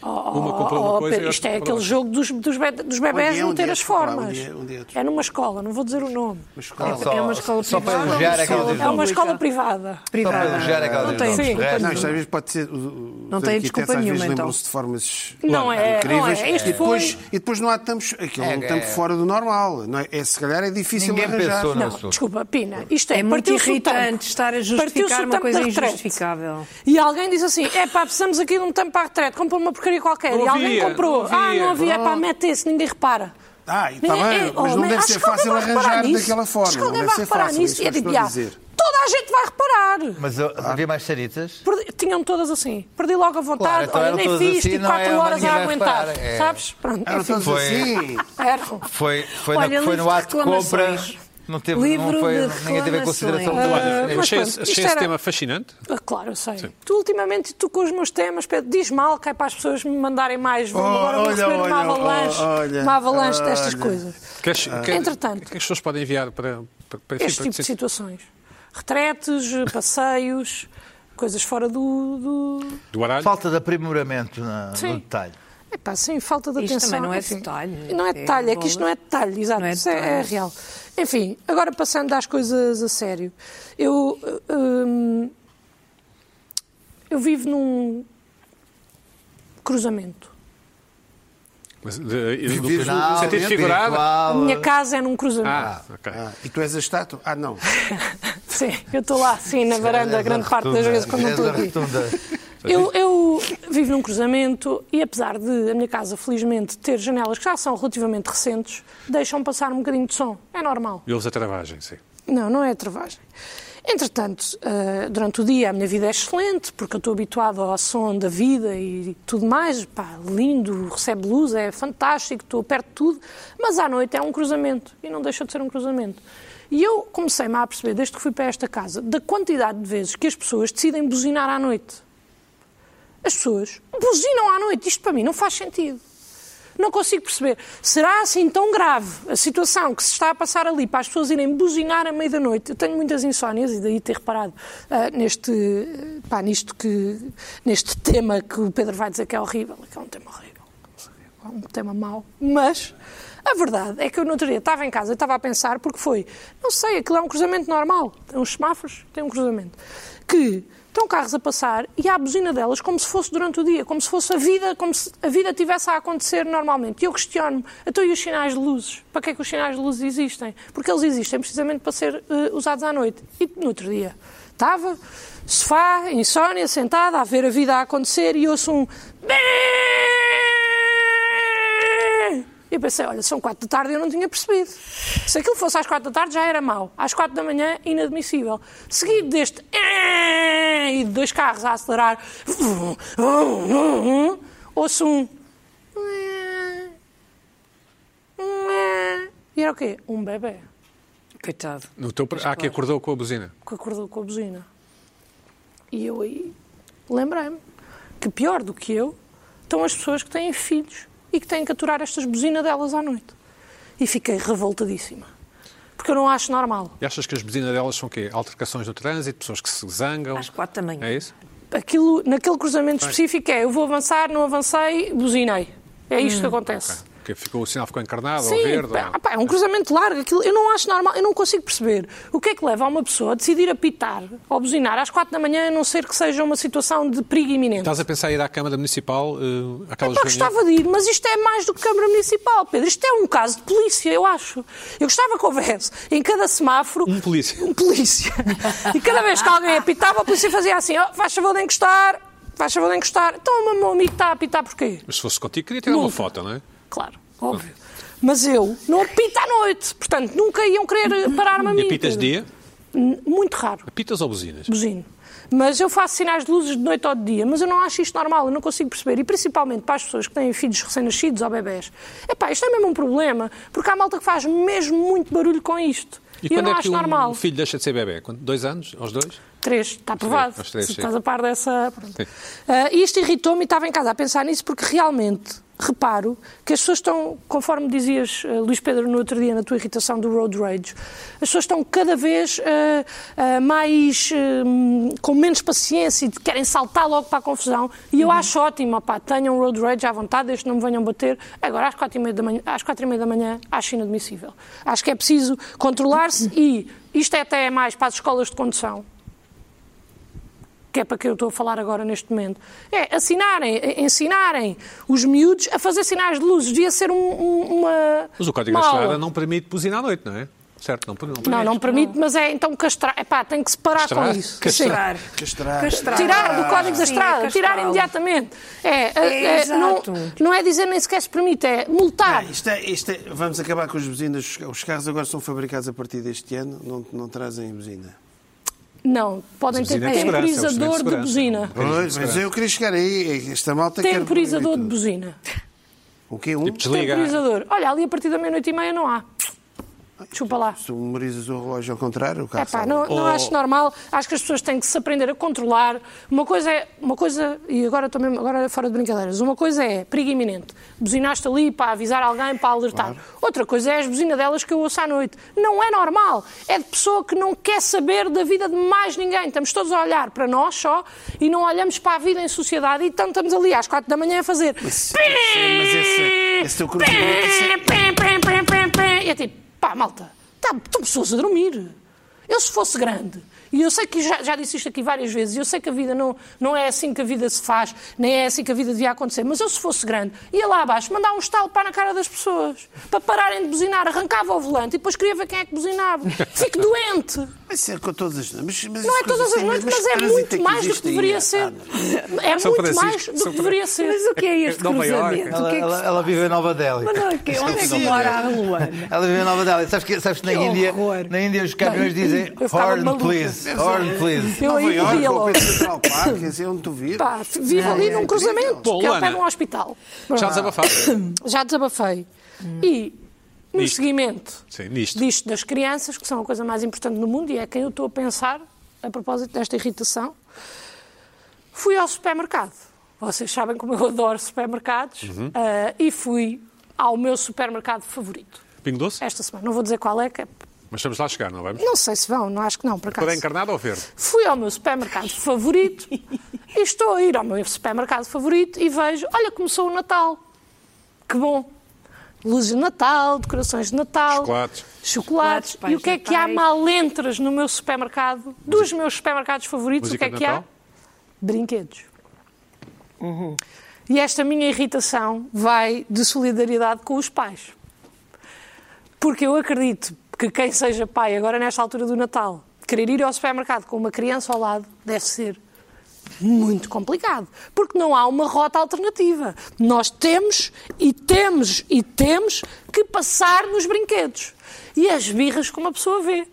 Speaker 1: uma comprou
Speaker 5: Oh,
Speaker 1: uma coisa e
Speaker 5: Pedro,
Speaker 1: outra
Speaker 5: isto é
Speaker 1: comprou
Speaker 5: aquele
Speaker 1: outra.
Speaker 5: jogo dos, dos, be- dos bebés
Speaker 2: Um dia, um
Speaker 5: meter
Speaker 2: dia,
Speaker 5: as
Speaker 2: desculpa lá, um
Speaker 5: formas.
Speaker 2: dia, um dia, desculpa.
Speaker 5: é numa escola, não vou dizer o nome.
Speaker 4: Não,
Speaker 3: É- é uma escola
Speaker 4: só para
Speaker 3: privada,
Speaker 4: elogiar
Speaker 3: uma
Speaker 4: aquela
Speaker 3: escola
Speaker 4: diz
Speaker 5: É uma
Speaker 3: Pública.
Speaker 5: escola privada.
Speaker 4: Só para elogiar
Speaker 3: Privada.
Speaker 4: aquela
Speaker 5: Não
Speaker 4: diz
Speaker 5: tem
Speaker 4: nomes.
Speaker 5: desculpa
Speaker 2: É,
Speaker 4: Resto-
Speaker 2: Não, isto às vezes pode ser. Não
Speaker 3: tem desculpa nenhuma, então.
Speaker 2: lembram-se de formas
Speaker 5: Não é,
Speaker 2: incríveis.
Speaker 5: não é. Este
Speaker 2: e, depois,
Speaker 5: foi-
Speaker 2: e depois não há tampos. Aquilo é um
Speaker 4: é.
Speaker 2: tampo fora do normal. Não é? É, se calhar é difícil
Speaker 4: Ninguém
Speaker 2: arranjar.
Speaker 4: pensou no
Speaker 5: Não,
Speaker 4: assunto.
Speaker 5: desculpa, Pina, isto é,
Speaker 3: É muito
Speaker 5: partiu-se o tampo.
Speaker 3: irritante estar a
Speaker 5: Partiu-se o
Speaker 3: justificar uma
Speaker 5: tampo
Speaker 3: coisa
Speaker 5: da retrete.
Speaker 3: injustificável.
Speaker 5: E alguém diz assim: é pá, precisamos aqui de um tampo para a retrete, comprou uma porcaria qualquer.
Speaker 1: Não
Speaker 5: e alguém
Speaker 1: havia,
Speaker 5: comprou.
Speaker 1: não
Speaker 5: ah,
Speaker 1: havia.
Speaker 5: não havia, é pá,
Speaker 2: Oh.
Speaker 5: mete esse, ninguém repara.
Speaker 2: Ah, está
Speaker 5: Ninguém-
Speaker 2: bem,
Speaker 5: é, oh,
Speaker 2: mas não deve
Speaker 5: acho
Speaker 2: ser
Speaker 5: que alguém
Speaker 2: fácil
Speaker 5: vai reparar
Speaker 2: arranjar
Speaker 5: nisso.
Speaker 2: daquela
Speaker 5: Acho
Speaker 2: forma.
Speaker 5: que
Speaker 2: Não
Speaker 5: alguém
Speaker 2: deve
Speaker 5: vai
Speaker 2: ser
Speaker 5: reparar
Speaker 2: fácil.
Speaker 5: nisso.
Speaker 2: isso
Speaker 5: E é
Speaker 2: que eu
Speaker 5: tipo,
Speaker 2: estou a
Speaker 5: "Ah,
Speaker 2: dizer.
Speaker 5: toda a gente vai reparar.
Speaker 4: Mas eu- havia mais saritas?
Speaker 5: Perdi- tinham todas assim. Perdi logo a
Speaker 4: Claro,
Speaker 5: vontade,
Speaker 4: então
Speaker 5: olha,
Speaker 4: eram
Speaker 5: nem
Speaker 4: todas
Speaker 5: fiz,
Speaker 4: assim,
Speaker 5: tive
Speaker 4: não é?
Speaker 5: 4 horas
Speaker 4: Ninguém
Speaker 5: a
Speaker 4: vai
Speaker 5: aguentar.
Speaker 4: reparar, é.
Speaker 5: Sabes? Pronto,
Speaker 2: Eram
Speaker 5: enfim.
Speaker 2: todos
Speaker 4: Foi-
Speaker 2: Ah, assim.
Speaker 5: Eram.
Speaker 4: Foi, foi, na-
Speaker 3: Olha,
Speaker 4: foi
Speaker 3: livro
Speaker 4: no
Speaker 3: de
Speaker 4: ato de compra.
Speaker 3: reclamações.
Speaker 4: Não teve,
Speaker 3: Livro
Speaker 4: não foi,
Speaker 3: de
Speaker 4: ninguém teve em consideração.
Speaker 3: reclamações.
Speaker 4: É
Speaker 5: Ah, mas
Speaker 1: achei
Speaker 5: pronto,
Speaker 1: esse,
Speaker 5: isto
Speaker 1: achei esse
Speaker 5: era-
Speaker 1: tema fascinante.
Speaker 5: Ah, Claro, eu sei. Tu ultimamente, tu com os meus temas, Pedro, diz mal que é para as pessoas me mandarem mais. Vou
Speaker 2: Oh,
Speaker 5: agora vou
Speaker 2: olha,
Speaker 5: receber
Speaker 2: olha,
Speaker 5: uma avalanche,
Speaker 2: oh, olha,
Speaker 5: uma avalanche
Speaker 2: olha.
Speaker 5: destas coisas.
Speaker 1: Queres- quer-
Speaker 5: Entretanto.
Speaker 1: o que é que as pessoas podem enviar para, para, para, enfim,
Speaker 5: Este
Speaker 1: para-
Speaker 5: tipo de situações. Retretes, eh, passeios, coisas fora do... do...
Speaker 1: do baralho?
Speaker 4: Falta de aprimoramento na-
Speaker 5: Sim.
Speaker 4: no detalhe.
Speaker 5: Epá, sim, falta de
Speaker 3: Isto
Speaker 5: atenção.
Speaker 3: também não é
Speaker 5: enfim.
Speaker 3: detalhe.
Speaker 5: Não é
Speaker 3: É
Speaker 5: detalhe, é que isto não é detalhe, exato,
Speaker 3: Não é
Speaker 5: isso é, é
Speaker 3: detalhe.
Speaker 5: real. Enfim, agora passando às coisas a sério. Eu, eh, hum, eu vivo num cruzamento.
Speaker 1: Mas, eh, de- de- do-
Speaker 2: Visual,
Speaker 1: sentido figurado?
Speaker 5: A
Speaker 4: virtual.
Speaker 5: minha casa é num cruzamento.
Speaker 1: Ah, ok.
Speaker 2: Ah, e tu és a estátua? Ah, não.
Speaker 5: Sim, eu estou lá assim na varanda
Speaker 4: És
Speaker 5: grande
Speaker 4: da
Speaker 5: parte das
Speaker 4: rotunda,
Speaker 5: vezes quando não
Speaker 4: és
Speaker 5: estou
Speaker 4: da
Speaker 5: aqui.
Speaker 4: rotunda.
Speaker 5: Eu, eu vivo num cruzamento e apesar de a minha casa, felizmente, ter janelas que já são relativamente recentes, deixam passar um bocadinho de som. É normal.
Speaker 1: E ouves a travagem, sim.
Speaker 5: Não, não é travagem. Entretanto, eh, durante o dia a minha vida é excelente, porque eu estou habituado ao som da vida e tudo mais. Pá, lindo, recebe luz, é fantástico, estou perto de tudo. Mas à noite é um cruzamento e não deixa de ser um cruzamento. E eu comecei-me a perceber, desde que fui para esta casa, da quantidade de vezes que as pessoas decidem buzinar à noite. As pessoas buzinam à noite. Isto para mim não faz sentido. Não consigo perceber. Será assim tão grave a situação que se está a passar ali para as pessoas irem buzinar à meia da noite? Eu tenho muitas insónias e daí ter reparado ah, neste, ah, pá, nisto que, neste tema que o Pedro vai dizer que é horrível, que é um tema horrível, é um tema mau. Mas a verdade é que eu no outro dia estava em casa e estava a pensar porque foi, não sei, aquilo é um cruzamento normal, tem uns semáforos, tem um cruzamento, que estão carros a passar e há a buzina delas como se fosse durante o dia, como se fosse a vida, como se a vida tivesse a acontecer normalmente. E eu questiono-me, então e os sinais de luzes? Para que é que os sinais de luzes existem? Porque eles existem precisamente para ser eh, usados à noite. E no outro dia estava, sofá, insónia, sentada, a ver a vida a acontecer e ouço um... E eu pensei, olha, são quatro da tarde e eu não tinha percebido. Se aquilo fosse às quatro da tarde já era mau. Às quatro da manhã, inadmissível. Seguido deste "Eh", e de dois carros a acelerar, ouço um. "Eh", E era o quê? Um bebê
Speaker 3: Coitado.
Speaker 1: No teu... pre- Há que acordou com a buzina.
Speaker 5: que acordou com a buzina. E eu aí lembrei-me que pior do que eu estão as pessoas que têm filhos e que têm que aturar estas buzinas delas à noite. E fiquei revoltadíssima. Porque eu não acho normal.
Speaker 1: E achas que as buzinas delas são o quê? Altercações no trânsito, pessoas que se zangam?
Speaker 3: Às quatro da manhã.
Speaker 1: É isso?
Speaker 5: Aquilo, naquele cruzamento específico é eu vou avançar, não avancei, buzinei. É isto que acontece.
Speaker 1: Que ficou, o sinal ficou encarnado ou
Speaker 5: Sim,
Speaker 1: verde?
Speaker 5: pá,
Speaker 1: ou-
Speaker 5: pá, é um cruzamento largo. Aquilo, eu não acho normal, eu não consigo perceber o que é que leva uma pessoa a decidir apitar ou buzinar às quatro da manhã, a não ser que seja uma situação de perigo iminente.
Speaker 1: Estás a pensar em ir à Câmara Municipal, eh, aquelas reuniões?
Speaker 5: Pá, gostava de ir, mas isto é mais do que Câmara Municipal, Pedro. Isto é um caso de polícia, eu acho. Eu gostava que houvesse em cada semáforo
Speaker 1: Um polícia.
Speaker 5: um polícia. E cada vez que alguém apitava, a polícia fazia assim: ó, faz favor de encostar, faz favor de encostar. Então, o meu amigo está a apitar porquê?
Speaker 1: Mas se fosse contigo, queria tirar uma
Speaker 5: Nunca.
Speaker 1: foto, não é?
Speaker 5: Claro, óbvio. Mas eu não apito à noite, portanto, nunca iam querer parar-me a mim.
Speaker 1: E apitas de
Speaker 5: Pedro.
Speaker 1: dia?
Speaker 5: N- Muito raro.
Speaker 1: Apitas ou buzinas?
Speaker 5: buzino. Mas eu faço sinais de luzes de noite ou de dia, mas eu não acho isto normal, eu não consigo perceber. E principalmente para as pessoas que têm filhos recém-nascidos ou bebés. Epá, isto é mesmo um problema, porque há malta que faz mesmo muito barulho com isto.
Speaker 1: E,
Speaker 5: E, eu
Speaker 1: quando
Speaker 5: não
Speaker 1: é que
Speaker 5: acho
Speaker 1: um
Speaker 5: normal.
Speaker 1: filho deixa de ser bebê? Quando- Dois anos? Aos dois?
Speaker 5: Três, está aprovado.
Speaker 1: aos três,
Speaker 5: Se
Speaker 1: sim.
Speaker 5: estás a par dessa. pronto.
Speaker 1: Sim.
Speaker 5: Ah, e isto irritou-me e estava em casa a pensar nisso porque realmente reparo que as pessoas estão, conforme dizias, ah, Luís Pedro, no outro dia, na tua irritação do road rage, as pessoas estão cada vez ah, ah, mais. ah, com menos paciência e querem saltar logo para a confusão. E eu acho ótimo, opá, tenham road rage à vontade, desde que não me venham bater. Agora, às quatro e meia da manhã, às quatro e meia da manhã acho inadmissível. Acho que é preciso controlar-se e isto é até mais para as escolas de condução que é para que eu estou a falar agora neste momento, é assinarem, eh, ensinarem os miúdos a fazer sinais de luzes. Devia ser um- um- uma.
Speaker 1: Mas o Código
Speaker 5: uma
Speaker 1: da
Speaker 5: aula.
Speaker 1: Estrada não permite buzinar à noite, não é? Certo? Não, não permite.
Speaker 5: Não, não permite, mas é então castrar. Epá, tem que se parar
Speaker 1: Castrar?
Speaker 5: com isso. Sim.
Speaker 1: Castrar.
Speaker 2: Castrar.
Speaker 3: Castrar.
Speaker 5: Tirar do Código da
Speaker 3: Sim,
Speaker 5: Estrada,
Speaker 3: castrá-lo.
Speaker 5: tirar imediatamente. É,
Speaker 3: É,
Speaker 5: é, é, não,
Speaker 3: exato.
Speaker 5: não é dizer nem sequer se permite, é multar.
Speaker 2: Isto é- isto é- vamos acabar com as buzinas. Os carros agora são fabricados a partir deste ano, não, não trazem buzina.
Speaker 5: Não, podem ter
Speaker 1: Buzina é de segurança, é um instrumento
Speaker 5: temporizador de
Speaker 1: segurança.
Speaker 5: buzina.
Speaker 2: Pois, mas eu queria chegar aí. Esta malta quer.
Speaker 5: Temporizador de buzina.
Speaker 2: O quê? Um?
Speaker 1: Tipo, desliga.
Speaker 5: Temporizador. Olha, ali a partir da meia-noite e meia não há. Chupa lá.
Speaker 2: Se memorizas o relógio ao contrário, o carro.
Speaker 5: É pá,
Speaker 2: salta.
Speaker 5: não, não acho normal. Acho que as pessoas têm que se aprender a controlar. Uma coisa é, uma coisa, e agora estou mesmo, agora fora de brincadeiras, uma coisa é perigo iminente. Buzinaste ali para avisar alguém, para alertar. Outra coisa é as buzinas delas que eu ouço à noite. Não é normal. É de pessoa que não quer saber da vida de mais ninguém. Estamos todos a olhar para nós só e não olhamos para a vida em sociedade. E então estamos ali às quatro da manhã a fazer.
Speaker 2: Sim, mas esse, esse teu cruzamento. isso é-
Speaker 5: Pim, pim, pim, pim, pim. E é tipo, pá, malta, tá, estão pessoas a dormir. Eu se fosse grande, e eu sei que já, já disse isto aqui várias vezes, e eu sei que a vida não, não é assim que a vida se faz, nem é assim que a vida devia acontecer, mas eu se fosse grande, ia lá abaixo mandar um estalo para na cara das pessoas, para pararem de buzinar, arrancava o volante e depois queria ver quem é que buzinava. Fico doente.
Speaker 2: Mas é com todas as mas- mas
Speaker 5: Não é
Speaker 2: isso-
Speaker 5: todas as
Speaker 2: assim, mas-
Speaker 5: noites, mas é
Speaker 2: trânsito
Speaker 5: muito
Speaker 2: que
Speaker 5: mais do que
Speaker 2: existe aí,
Speaker 5: deveria
Speaker 2: ah,
Speaker 5: ser.
Speaker 2: não.
Speaker 5: É
Speaker 1: São
Speaker 5: muito
Speaker 1: Francisco,
Speaker 5: mais do
Speaker 1: São
Speaker 5: que deveria ser.
Speaker 3: Mas o que é este
Speaker 1: Nova Iorque.
Speaker 3: cruzamento? O
Speaker 4: Ela,
Speaker 3: que é que
Speaker 4: ela-
Speaker 3: se
Speaker 4: ela vive em Nova
Speaker 3: Mas
Speaker 4: Delhi.
Speaker 3: não, que- onde é que mora a Luana?
Speaker 4: Ela vive em Nova Delhi. Sabes que, sabes que na,
Speaker 3: Que
Speaker 4: Índia,
Speaker 3: horror.
Speaker 4: na Índia os caminhões
Speaker 5: Bem,
Speaker 4: dizem
Speaker 5: eu ficava
Speaker 4: horn
Speaker 5: maluca.
Speaker 4: please, horn please.
Speaker 5: Eu
Speaker 2: Nova
Speaker 5: aí
Speaker 2: Iorque,
Speaker 5: corria
Speaker 2: ou
Speaker 5: logo.
Speaker 2: coisa Central Park, assim, onde tu vives.
Speaker 5: Pá, vivo ali num cruzamento,
Speaker 1: Bom,
Speaker 5: que é o
Speaker 1: Luana,
Speaker 5: pé de um hospital.
Speaker 1: Já
Speaker 5: Pronto.
Speaker 1: desabafaste.
Speaker 5: Já desabafei. E no
Speaker 1: Nisto.
Speaker 5: seguimento
Speaker 1: Sim, nisto.
Speaker 5: disto das crianças, que são a coisa mais importante no mundo e é quem eu estou a pensar a propósito desta irritação, fui ao supermercado. Vocês sabem como eu adoro supermercados ah, e fui ao meu supermercado favorito
Speaker 1: Pingo doce?
Speaker 5: esta semana. Não vou dizer qual é, que é-
Speaker 1: Mas estamos lá a chegar, não vamos?
Speaker 5: não sei se vão, não acho que não, por acaso.
Speaker 1: Cor é encarnada ou verde?
Speaker 5: Fui ao meu supermercado favorito e estou a ir ao meu supermercado favorito e vejo, olha, começou o Natal. Que bom. Luzes de Natal, decorações de Natal.
Speaker 1: Chocolates.
Speaker 5: Chocolates.
Speaker 3: Chocolates, pais
Speaker 5: e o que é que há
Speaker 3: natais.
Speaker 5: malentras no meu supermercado? Dos meus supermercados favoritos,
Speaker 1: Música
Speaker 5: o que é
Speaker 1: de
Speaker 5: que há?
Speaker 1: Natal?
Speaker 5: Brinquedos. E esta minha irritação vai de solidariedade com os pais. Porque eu acredito que quem seja pai agora nesta altura do Natal, querer ir ao supermercado com uma criança ao lado, deve ser muito complicado, porque não há uma rota alternativa. Nós temos e temos e temos que passar nos brinquedos. E as birras como a pessoa vê.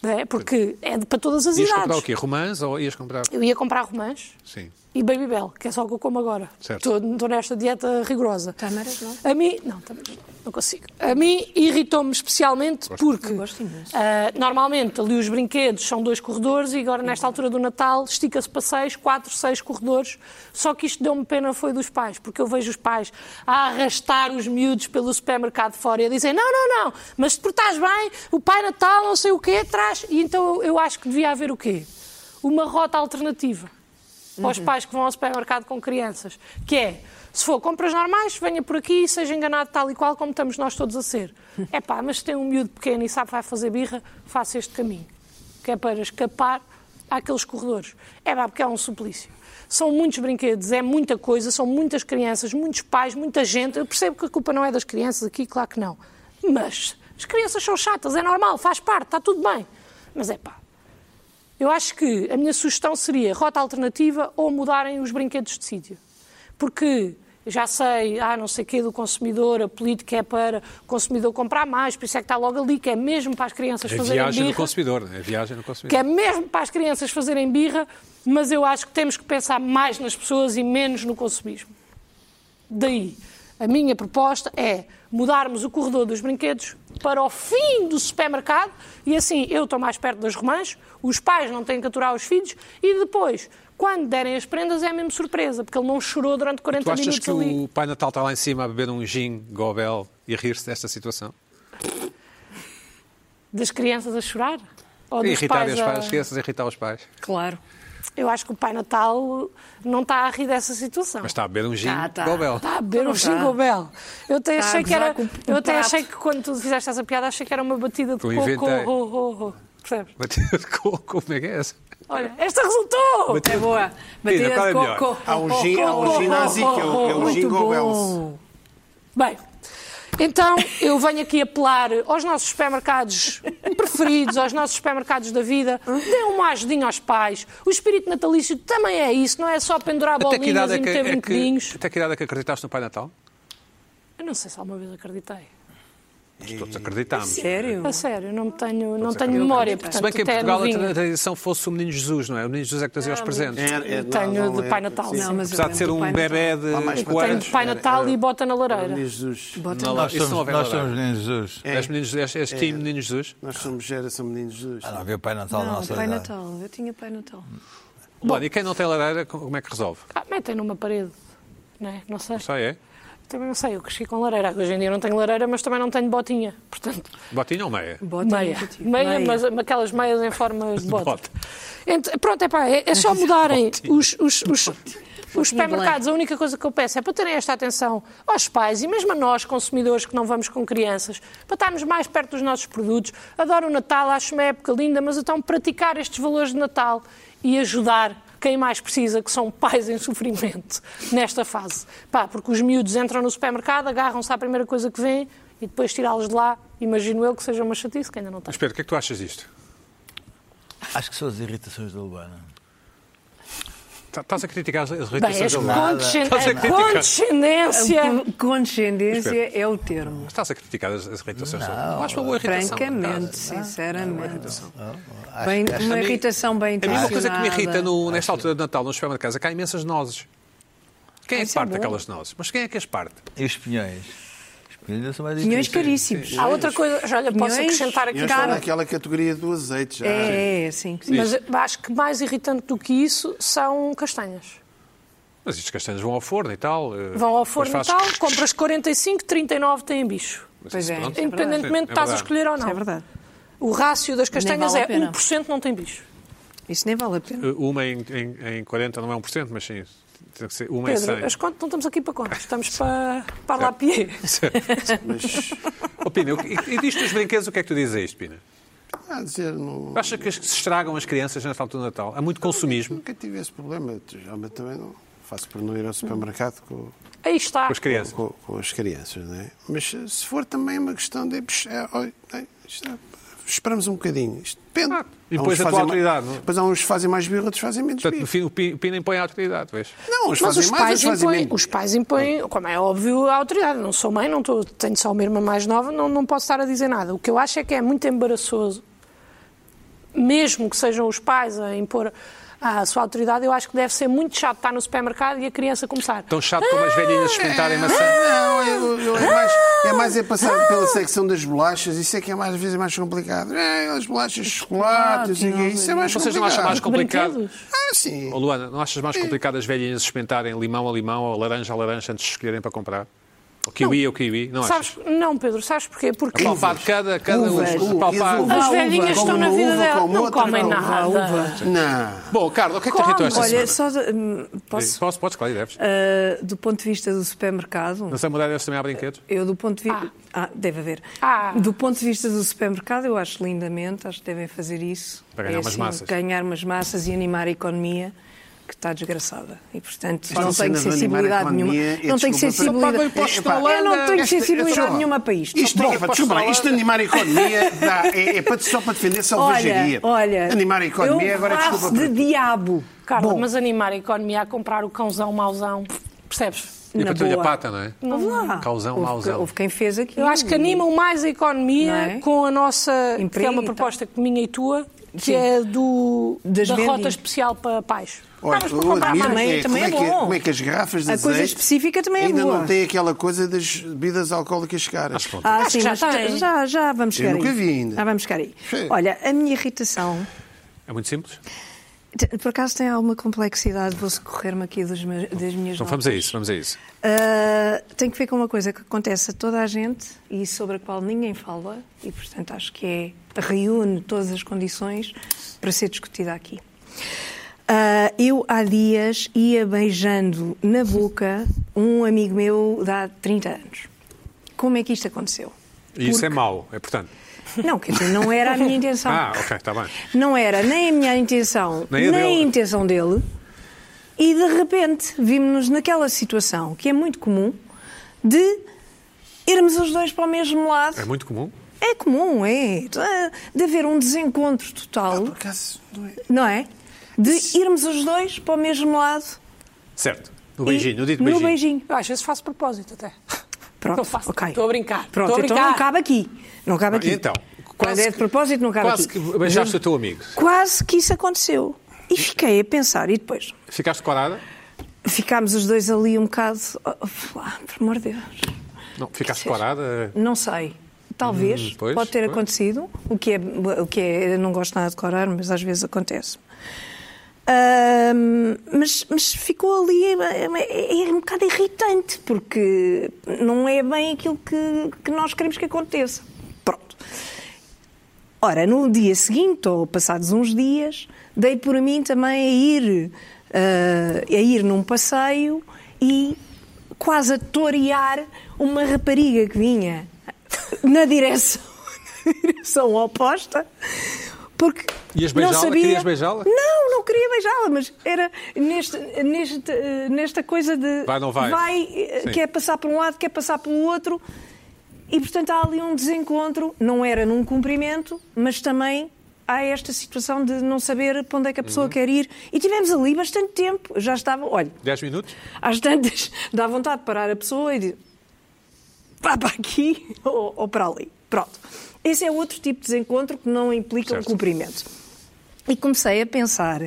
Speaker 5: não É, porque é de- para todas as
Speaker 1: Ias comprar o
Speaker 5: idades.
Speaker 1: quê? Romãs ou ias comprar...
Speaker 5: Eu ia comprar romãs
Speaker 1: Sim.
Speaker 5: e Babybel, que é só o que eu como agora.
Speaker 1: Certo.
Speaker 5: Estou, estou nesta dieta rigorosa.
Speaker 3: Tâmaras, não?
Speaker 5: A mim, não, tâmaras não, não consigo. A mim irritou-me especialmente porque
Speaker 3: Gosto imenso.
Speaker 5: ah, normalmente ali os brinquedos são dois corredores e agora nesta altura do Natal estica-se para seis, quatro, seis corredores. Só que isto deu-me pena foi dos pais, porque eu vejo os pais a arrastar os miúdos pelo supermercado fora e a dizem não, não, não, mas se te portares bem, o Pai Natal não sei o quê traz. E então eu- eu acho que devia haver o quê? Uma rota alternativa aos pais que vão ao supermercado com crianças, que é, se for compras normais, venha por aqui e seja enganado tal e qual como estamos nós todos a ser. É pá, mas se tem um miúdo pequeno e sabe que vai fazer birra, faça este caminho, que é para escapar àqueles corredores. É pá, porque é um suplício. São muitos brinquedos, é muita coisa, são muitas crianças, muitos pais, muita gente. Eu percebo que a culpa não é das crianças aqui, claro que não. Mas as crianças são chatas, é normal, faz parte, está tudo bem. Mas é pá, eu acho que a minha sugestão seria rota alternativa ou mudarem os brinquedos de sítio. Porque já sei, ah, não sei o quê do consumidor, a política é para o consumidor comprar mais, por isso é que está logo ali, que é mesmo para as crianças
Speaker 1: É
Speaker 5: fazerem
Speaker 1: viagem no
Speaker 5: birra,
Speaker 1: consumidor, né? é viagem no consumidor.
Speaker 5: que é mesmo para as crianças fazerem birra, mas eu acho que temos que pensar mais nas pessoas e menos no consumismo. Daí, a minha proposta é mudarmos o corredor dos brinquedos para o fim do supermercado e assim eu estou mais perto das romãs, os pais não têm que aturar os filhos e depois, quando derem as prendas, é mesmo surpresa, porque ele não chorou durante 40
Speaker 1: Tu achas
Speaker 5: minutos
Speaker 1: que
Speaker 5: ali.
Speaker 1: o Pai Natal está lá em cima a beber um gin, gobel e a rir-se desta situação?
Speaker 5: Das crianças a chorar? Ou
Speaker 1: E
Speaker 5: dos
Speaker 1: É irritar
Speaker 5: pais
Speaker 1: as
Speaker 5: a-
Speaker 1: pais, crianças, irritar os pais.
Speaker 3: Claro.
Speaker 5: Eu acho que o Pai Natal não está a rir dessa situação.
Speaker 1: Mas está a beber um gin,
Speaker 3: Tá, tá.
Speaker 1: gobel.
Speaker 5: Está a beber um
Speaker 3: Não está.
Speaker 5: Jingle Bell. Eu até,
Speaker 3: Está a
Speaker 5: achei que,
Speaker 3: gozar
Speaker 5: era,
Speaker 3: com o
Speaker 5: eu até
Speaker 3: prato.
Speaker 5: achei que quando tu fizeste essa piada, achei que era uma batida de
Speaker 1: Eu
Speaker 5: coco.
Speaker 1: inventei.
Speaker 5: Ho, ho, ho. Percebes?
Speaker 1: Batida de coco, como é que é essa?
Speaker 5: Olha, esta resultou!
Speaker 3: É boa.
Speaker 1: Pina,
Speaker 3: Batida
Speaker 1: qual é
Speaker 3: de
Speaker 1: melhor?
Speaker 3: coco.
Speaker 2: Há um gi- há um ginásio que é o- que é o
Speaker 3: Muito
Speaker 2: Jingle
Speaker 3: bom.
Speaker 2: Bells.
Speaker 5: Bem, então eu venho aqui apelar aos nossos supermercados preferidos, aos nossos supermercados da vida, dêem uma ajudinha aos pais. O espírito natalício também é isso, não é só pendurar
Speaker 1: Até que,
Speaker 5: bolinhas
Speaker 1: idade é
Speaker 5: e
Speaker 1: que,
Speaker 5: meter
Speaker 1: é
Speaker 5: brinquedinhos.
Speaker 1: que, até que idade é que acreditaste no Pai Natal?
Speaker 5: Eu não sei se alguma vez acreditei.
Speaker 1: Nós
Speaker 5: É
Speaker 1: todos acreditámos.
Speaker 3: Sério?
Speaker 5: A sério, não tenho, não tenho memória, portanto,
Speaker 1: Se bem que em
Speaker 5: até é
Speaker 1: Portugal a
Speaker 5: novinha.
Speaker 1: tra- tradição fosse o Menino Jesus, não é? O Menino Jesus é que trazia os presentes.
Speaker 2: Era- era-
Speaker 5: Tenho
Speaker 2: não, não
Speaker 5: de
Speaker 2: é-
Speaker 5: Pai Natal.
Speaker 2: sim.
Speaker 3: Não, assim. mas eu
Speaker 1: Apesar
Speaker 5: é
Speaker 1: de ser
Speaker 3: lembro do
Speaker 1: um
Speaker 3: Pai
Speaker 1: bebê
Speaker 2: Lá mais
Speaker 1: de
Speaker 2: para trás.
Speaker 5: Tenho de
Speaker 1: 4
Speaker 5: Pai
Speaker 2: Era-
Speaker 5: Natal e bota na
Speaker 2: Menino
Speaker 5: lareira.
Speaker 2: Jesus.
Speaker 3: Bota
Speaker 1: Não,
Speaker 3: lá.
Speaker 1: lá-
Speaker 4: Nós
Speaker 1: Isso não é
Speaker 4: somos,
Speaker 1: houve
Speaker 4: nós
Speaker 1: agora.
Speaker 4: somos meninos Jesus.
Speaker 1: És, meninos, és, és time Menino Jesus?
Speaker 2: Nós somos geração Menino Jesus.
Speaker 4: Ah, não havia Pai Natal na
Speaker 3: Não,
Speaker 4: nossa
Speaker 3: Pai
Speaker 4: idade.
Speaker 3: Natal. Eu tinha Pai Natal.
Speaker 1: Bom, e quem não tem lareira, como é que resolve?
Speaker 5: Ah, metem numa parede. Não, é? não sei.
Speaker 1: Só é?
Speaker 5: Também não sei. Eu cresci com lareira. Hoje em dia não tenho lareira, mas também não tenho botinha. Portanto,
Speaker 1: Botinha ou meia?
Speaker 3: Bota
Speaker 5: meia.
Speaker 3: muito tipo.
Speaker 5: Meia, É mas aquelas meias em forma de bota.
Speaker 1: Bota.
Speaker 5: Ent- pronto, é pá, é, é só mudarem os, os, os, os supermercados. A única coisa que eu peço é para terem esta atenção aos pais e mesmo a nós, consumidores que não vamos com crianças, para estarmos mais perto dos nossos produtos. Adoro o Natal, acho uma época linda, mas então praticar estes valores de Natal e ajudar quem mais precisa, que são pais em sofrimento nesta fase. Pá, porque os miúdos entram no supermercado, agarram-se à primeira coisa que vem e depois tirá-los de lá, imagino eu que seja uma chatice que ainda não tem.
Speaker 1: Mas Pedro, o que é que tu achas disto?
Speaker 4: Acho que são as irritações da Luana.
Speaker 1: Tá- Estás a criticar as as
Speaker 5: Bem,
Speaker 1: irritações
Speaker 5: as
Speaker 1: da Luana?
Speaker 5: condescen-
Speaker 1: Estás a
Speaker 5: a
Speaker 1: criticar.
Speaker 5: condescendência.
Speaker 3: Con- é Condescendência é o termo.
Speaker 1: Estás a criticar as, as irritações da Luana? Acho uma boa irritação.
Speaker 3: Francamente, sinceramente.
Speaker 4: Acho
Speaker 3: Bem,
Speaker 4: que- acho
Speaker 3: uma
Speaker 1: mim-
Speaker 3: irritação bem
Speaker 1: A mim uma coisa que me
Speaker 3: intencionada.
Speaker 1: irrita no- nesta altura de Natal, nos supermercados, é que há imensas nozes. Quem é que
Speaker 3: isso é
Speaker 1: parte
Speaker 3: bom.
Speaker 1: aquelas nozes? Mas quem é que as parte?
Speaker 4: E os pinhões? Os pinhões ainda são mais
Speaker 3: Pinhões
Speaker 4: difíceis.
Speaker 3: caríssimos.
Speaker 1: Hum.
Speaker 5: Há outra coisa, já olha, posso
Speaker 3: Pinhões,
Speaker 5: acrescentar aqui.
Speaker 2: Eu estou naquela categoria do azeite já.
Speaker 3: É, é, sim.
Speaker 5: Mas acho que mais irritante do que isso são castanhas.
Speaker 1: Mas estes castanhos vão ao forno e tal. eh,
Speaker 5: Vão ao
Speaker 1: depois
Speaker 5: forno e
Speaker 1: fazes-
Speaker 5: tal, compras 45, 39 têm bicho.
Speaker 1: Mas
Speaker 3: Pois
Speaker 1: isso
Speaker 3: é.
Speaker 1: pronto.
Speaker 3: É verdade.
Speaker 5: Independentemente de
Speaker 1: É
Speaker 5: estás a
Speaker 1: verdade.
Speaker 5: escolher ou
Speaker 3: Isso
Speaker 5: não.
Speaker 3: é verdade.
Speaker 5: O rácio das castanhas
Speaker 3: vale a
Speaker 5: é
Speaker 3: pena.
Speaker 5: 1% não tem bicho.
Speaker 3: Isso nem vale a pena.
Speaker 1: Eh, Uma em, em, em 40 não é 1%, mas sim, tem que ser uma
Speaker 5: Pedro,
Speaker 1: em
Speaker 5: as
Speaker 1: 100.
Speaker 5: contas não estamos aqui para contas, estamos para, para
Speaker 1: É.
Speaker 5: lá pie.
Speaker 1: Ó, Pina, o que- e, e disto dos brinquedos, o que é que tu dizes a isto, Pina?
Speaker 2: Ah, dizer, não,
Speaker 1: Achas que as- que se estragam as crianças nesta altura do Natal? Há muito consumismo
Speaker 2: nunca tive esse problema. Geralmente também não. Faço por não ir ao supermercado com,
Speaker 5: Aí está.
Speaker 1: com as crianças.
Speaker 2: com, com as crianças, não é? Mas eh, se for também uma questão de. psh, é, oi, é, isto é, esperamos um bocadinho. Isto depende.
Speaker 1: Ah, e
Speaker 2: Há uns
Speaker 1: depois a tua
Speaker 2: que fazem ma-
Speaker 1: autoridade, não é?
Speaker 2: Depois há uns que fazem mais birra, outros fazem menos
Speaker 1: Portanto, no
Speaker 2: birra.
Speaker 1: fim, o Pi- o Pina impõe a autoridade, vês?
Speaker 2: Não, uns
Speaker 5: Mas
Speaker 2: fazem
Speaker 5: os
Speaker 2: mais,
Speaker 5: pais,
Speaker 2: outros fazem
Speaker 5: impõem,
Speaker 2: menos.
Speaker 5: os pais impõem, como é óbvio, a autoridade. Não sou mãe, não estou- tenho só uma irmã mais nova, não, não posso estar a dizer nada. O que eu acho é que é muito embaraçoso, mesmo que sejam os pais a impor a sua autoridade, eu acho que deve ser muito chato estar no supermercado e a criança começar.
Speaker 1: Tão chato como as velhinhas experimentarem maçã.
Speaker 2: Não, eu- eu- é, mais, é mais é passar pela secção das bolachas, isso é que é mais, às vezes é mais complicado. É, as bolachas de chocolate, não sei o quê, isso é mais
Speaker 1: Vocês
Speaker 2: complicado.
Speaker 1: não acham mais complicado?
Speaker 5: Brinquedos.
Speaker 2: Ah, sim.
Speaker 1: Oh, Luana, não achas mais complicado as velhinhas experimentarem limão a limão ou laranja a laranja antes de escolherem para comprar? Ou kiwi ou kiwi? Não achas?
Speaker 5: Sabes, não, Pedro, sabes porquê? Porque
Speaker 1: Palpar cada, cada um
Speaker 3: Uvas.
Speaker 1: uva,
Speaker 2: Uvas.
Speaker 1: palpar.
Speaker 2: Uvas.
Speaker 5: as
Speaker 3: uva,
Speaker 5: velhinhas
Speaker 3: uva.
Speaker 5: estão na
Speaker 2: Como
Speaker 5: vida
Speaker 2: uva,
Speaker 5: dela,
Speaker 2: como
Speaker 5: não
Speaker 2: outra,
Speaker 5: comem
Speaker 2: não.
Speaker 5: nada.
Speaker 3: uva.
Speaker 2: Não.
Speaker 1: Bom, Carla, o que é que te irritou esta
Speaker 3: Olha,
Speaker 1: semana?
Speaker 3: só hum, posso,
Speaker 1: Posso, podes, claro, e deves.
Speaker 3: uh, do ponto de vista do supermercado,
Speaker 1: Na Samurai deves também há brinquedos?
Speaker 3: eu do ponto de vista.
Speaker 5: Ah.
Speaker 3: Ah. deve haver.
Speaker 5: Ah.
Speaker 3: Do ponto de vista do supermercado, eu acho lindamente, acho que devem fazer isso.
Speaker 1: Para ganhar
Speaker 3: É
Speaker 1: umas massas.
Speaker 3: Ganhar umas massas e animar a economia. Que está desgraçada. E, portanto,
Speaker 2: Esta
Speaker 3: não tenho
Speaker 2: cena de animar a
Speaker 3: sensibilidade
Speaker 2: economia,
Speaker 3: nenhuma.
Speaker 2: é,
Speaker 3: Não tenho
Speaker 2: desculpa,
Speaker 3: sensibilidade. É,
Speaker 1: só pagam impostos na
Speaker 3: Eu não
Speaker 1: Holanda.
Speaker 3: tenho
Speaker 2: Esta- esta-
Speaker 3: sensibilidade
Speaker 2: esta-
Speaker 3: nenhuma para isto.
Speaker 2: Isto,
Speaker 1: Bom,
Speaker 2: é,
Speaker 1: posso
Speaker 2: pá, é assim, desculpa,
Speaker 1: falar?
Speaker 2: isto de animar a economia dá- é, é para, só para defender
Speaker 3: Olha,
Speaker 2: selvageria.
Speaker 3: olha.
Speaker 2: animar a economia,
Speaker 3: eu
Speaker 2: agora
Speaker 3: faço
Speaker 2: desculpa.
Speaker 3: de diabo.
Speaker 5: Carla,
Speaker 3: Bom,
Speaker 5: mas animar a economia a comprar o cãozão mauzão, percebes?
Speaker 1: E a
Speaker 3: Na
Speaker 1: patrulha
Speaker 3: boa.
Speaker 1: pata, não é?
Speaker 3: Vamos lá.
Speaker 1: Causão,
Speaker 3: houve,
Speaker 1: mauzão.
Speaker 3: Houve quem fez aqui.
Speaker 5: Eu acho que animam mais a economia
Speaker 3: é? Não é?
Speaker 5: com a nossa. que é
Speaker 3: Emprego
Speaker 5: uma
Speaker 3: e
Speaker 5: proposta que minha e tua, que
Speaker 3: Sim.
Speaker 5: é do,
Speaker 3: Das
Speaker 5: da rota
Speaker 3: vendinhas.
Speaker 5: especial para pais.
Speaker 2: Olha,
Speaker 5: Ah, mas
Speaker 2: eu
Speaker 5: para comprar
Speaker 2: admiro
Speaker 5: mais.
Speaker 3: também-
Speaker 2: é,
Speaker 3: também é
Speaker 2: como, é que,
Speaker 3: bom.
Speaker 2: como é que as garrafas de
Speaker 3: A
Speaker 2: azeite
Speaker 3: coisa específica também é
Speaker 2: ainda
Speaker 3: boa.
Speaker 2: não tem aquela coisa das bebidas alcoólicas caras.
Speaker 1: Acho que não.
Speaker 3: Ah,
Speaker 5: Acho
Speaker 3: sim,
Speaker 5: que já
Speaker 3: mas
Speaker 5: tem.
Speaker 3: tu- já, já vamos
Speaker 2: Eu
Speaker 3: chegar
Speaker 2: nunca
Speaker 3: aí.
Speaker 2: vi ainda.
Speaker 3: Já vamos chegar aí.
Speaker 2: Sim.
Speaker 3: Olha, a minha irritação,
Speaker 1: É muito simples.
Speaker 3: te- por acaso tem alguma complexidade, vou socorrer-me aqui dos meus- das minhas
Speaker 1: Então
Speaker 3: notas.
Speaker 1: vamos a isso, vamos a isso.
Speaker 3: Ah, tem que ver com uma coisa que acontece a toda a gente e sobre a qual ninguém fala, e portanto acho que é, reúne todas as condições para ser discutida aqui. Ah, eu há dias ia beijando na boca um amigo meu de há 30 anos. Como é que isto aconteceu?
Speaker 1: E isso é mau, é portanto.
Speaker 3: Não, quer dizer, não era a minha intenção.
Speaker 1: Ah, ok, está bem.
Speaker 3: Não era nem a minha intenção,
Speaker 1: Nem a
Speaker 3: nem,
Speaker 1: dele.
Speaker 3: a intenção dele. E de repente vimos-nos naquela situação que é muito comum de irmos os dois para o mesmo lado.
Speaker 1: É muito comum.
Speaker 3: É comum, é. De haver um desencontro
Speaker 1: Ah,
Speaker 3: total,
Speaker 2: Por acaso, não é?
Speaker 3: não é? De irmos os dois para o mesmo lado.
Speaker 1: Certo. No
Speaker 3: e-
Speaker 1: beijinho, no dito beijinho.
Speaker 3: No beijinho.
Speaker 5: Eu às vezes faço propósito até.
Speaker 3: Pronto,
Speaker 5: Eu faço-
Speaker 3: ok.
Speaker 5: estou a brincar,
Speaker 3: Pronto,
Speaker 5: estou a
Speaker 3: então
Speaker 5: brincar.
Speaker 3: não cabe aqui. Não cabe
Speaker 1: Ah,
Speaker 3: aqui.
Speaker 1: então,
Speaker 3: Quando
Speaker 1: quase
Speaker 3: é de propósito, não cabe
Speaker 1: Quase
Speaker 3: aqui.
Speaker 1: que beijaste o teu amigo.
Speaker 3: Quase que isso aconteceu. E fiquei a pensar, e depois?
Speaker 1: Ficaste corada?
Speaker 3: Ficámos os dois ali um bocado. oh, Ah, por amor de Deus.
Speaker 1: Não, ficaste eh,
Speaker 3: Quer dizer,
Speaker 1: corada?
Speaker 3: Não sei. Talvez.
Speaker 1: Hum, pois,
Speaker 3: pode ter
Speaker 1: pois.
Speaker 3: acontecido. O que, é, o que é. Eu não gosto nada de corar, mas às vezes acontece. Ahm, mas, mas ficou ali. É, é- é um bocado irritante, porque não é bem aquilo que, que nós queremos que aconteça. Pronto. Ora, no dia seguinte, ou passados uns dias, dei por mim também a ir, eh, a ir num passeio e quase a torear uma rapariga que vinha na direção, na direção oposta, porque
Speaker 1: Ias
Speaker 3: não
Speaker 1: beijá-la?
Speaker 3: sabia...
Speaker 1: Querias beijá-la?
Speaker 3: Não, não queria beijá-la, mas era neste, neste, eh, nesta coisa de...
Speaker 1: Vai, não vai.
Speaker 3: eh,
Speaker 1: Sim.
Speaker 3: quer passar por um lado, quer passar pelo outro... E, portanto, há ali um desencontro, não era num cumprimento, mas também há esta situação de não saber para onde é que a
Speaker 1: Uhum.
Speaker 3: pessoa quer ir. E tivemos ali bastante tempo, já estava, olha,
Speaker 1: 10 minutos?
Speaker 3: às tantas dá vontade de parar a pessoa e dizer vá para aqui ou, ou para ali. Pronto. Esse é outro tipo de desencontro que não implica
Speaker 1: Certo.
Speaker 3: um cumprimento. E comecei a pensar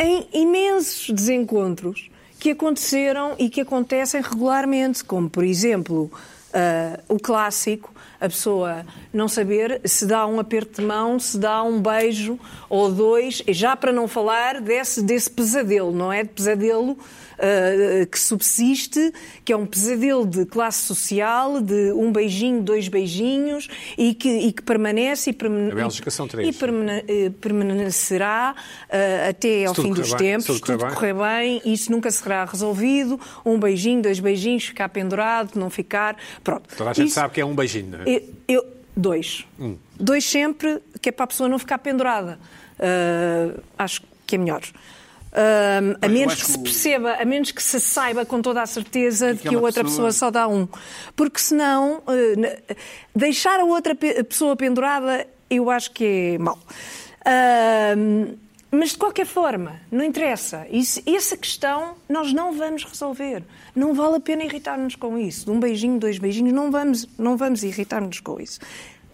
Speaker 3: em imensos desencontros que aconteceram e que acontecem regularmente, como por exemplo ah, o clássico, a pessoa não saber se dá um aperto de mão, se dá um beijo ou dois, e já para não falar desse, desse pesadelo, não é? De pesadelo ah, que subsiste, que é um pesadelo de classe social, de um beijinho, dois beijinhos, e que, e que permanece e, permane-
Speaker 1: Na Bélgica são três.
Speaker 3: e permane- eh, permanecerá ah, até ao
Speaker 1: tudo
Speaker 3: fim
Speaker 1: correr
Speaker 3: dos
Speaker 1: bem,
Speaker 3: tempos,
Speaker 1: se tudo correr bem.
Speaker 3: correr bem, isso nunca será resolvido. Um beijinho, dois beijinhos, ficar pendurado, não ficar. Pronto.
Speaker 1: Toda a gente
Speaker 3: Isso-
Speaker 1: sabe Hum. que é um beijinho, não é?
Speaker 3: eu, eu- dois. Dois sempre, que é para a pessoa não ficar pendurada. Ah, acho que é melhor. Ah, a
Speaker 2: eu
Speaker 3: menos
Speaker 2: acho
Speaker 3: que se
Speaker 2: que o-
Speaker 3: perceba, a menos que se saiba com toda a certeza de que a
Speaker 2: aquela
Speaker 3: outra
Speaker 2: pessoa-
Speaker 3: pessoa só ah, dá um. Porque senão, eh, na- deixar a outra pe- pessoa pendurada eu acho que é mau. Ah, Ahm, mas de qualquer forma, não interessa. Isso- essa questão nós não vamos resolver. Não vale a pena irritar-nos com isso. De um beijinho, dois beijinhos, não vamos, não vamos irritar-nos com isso.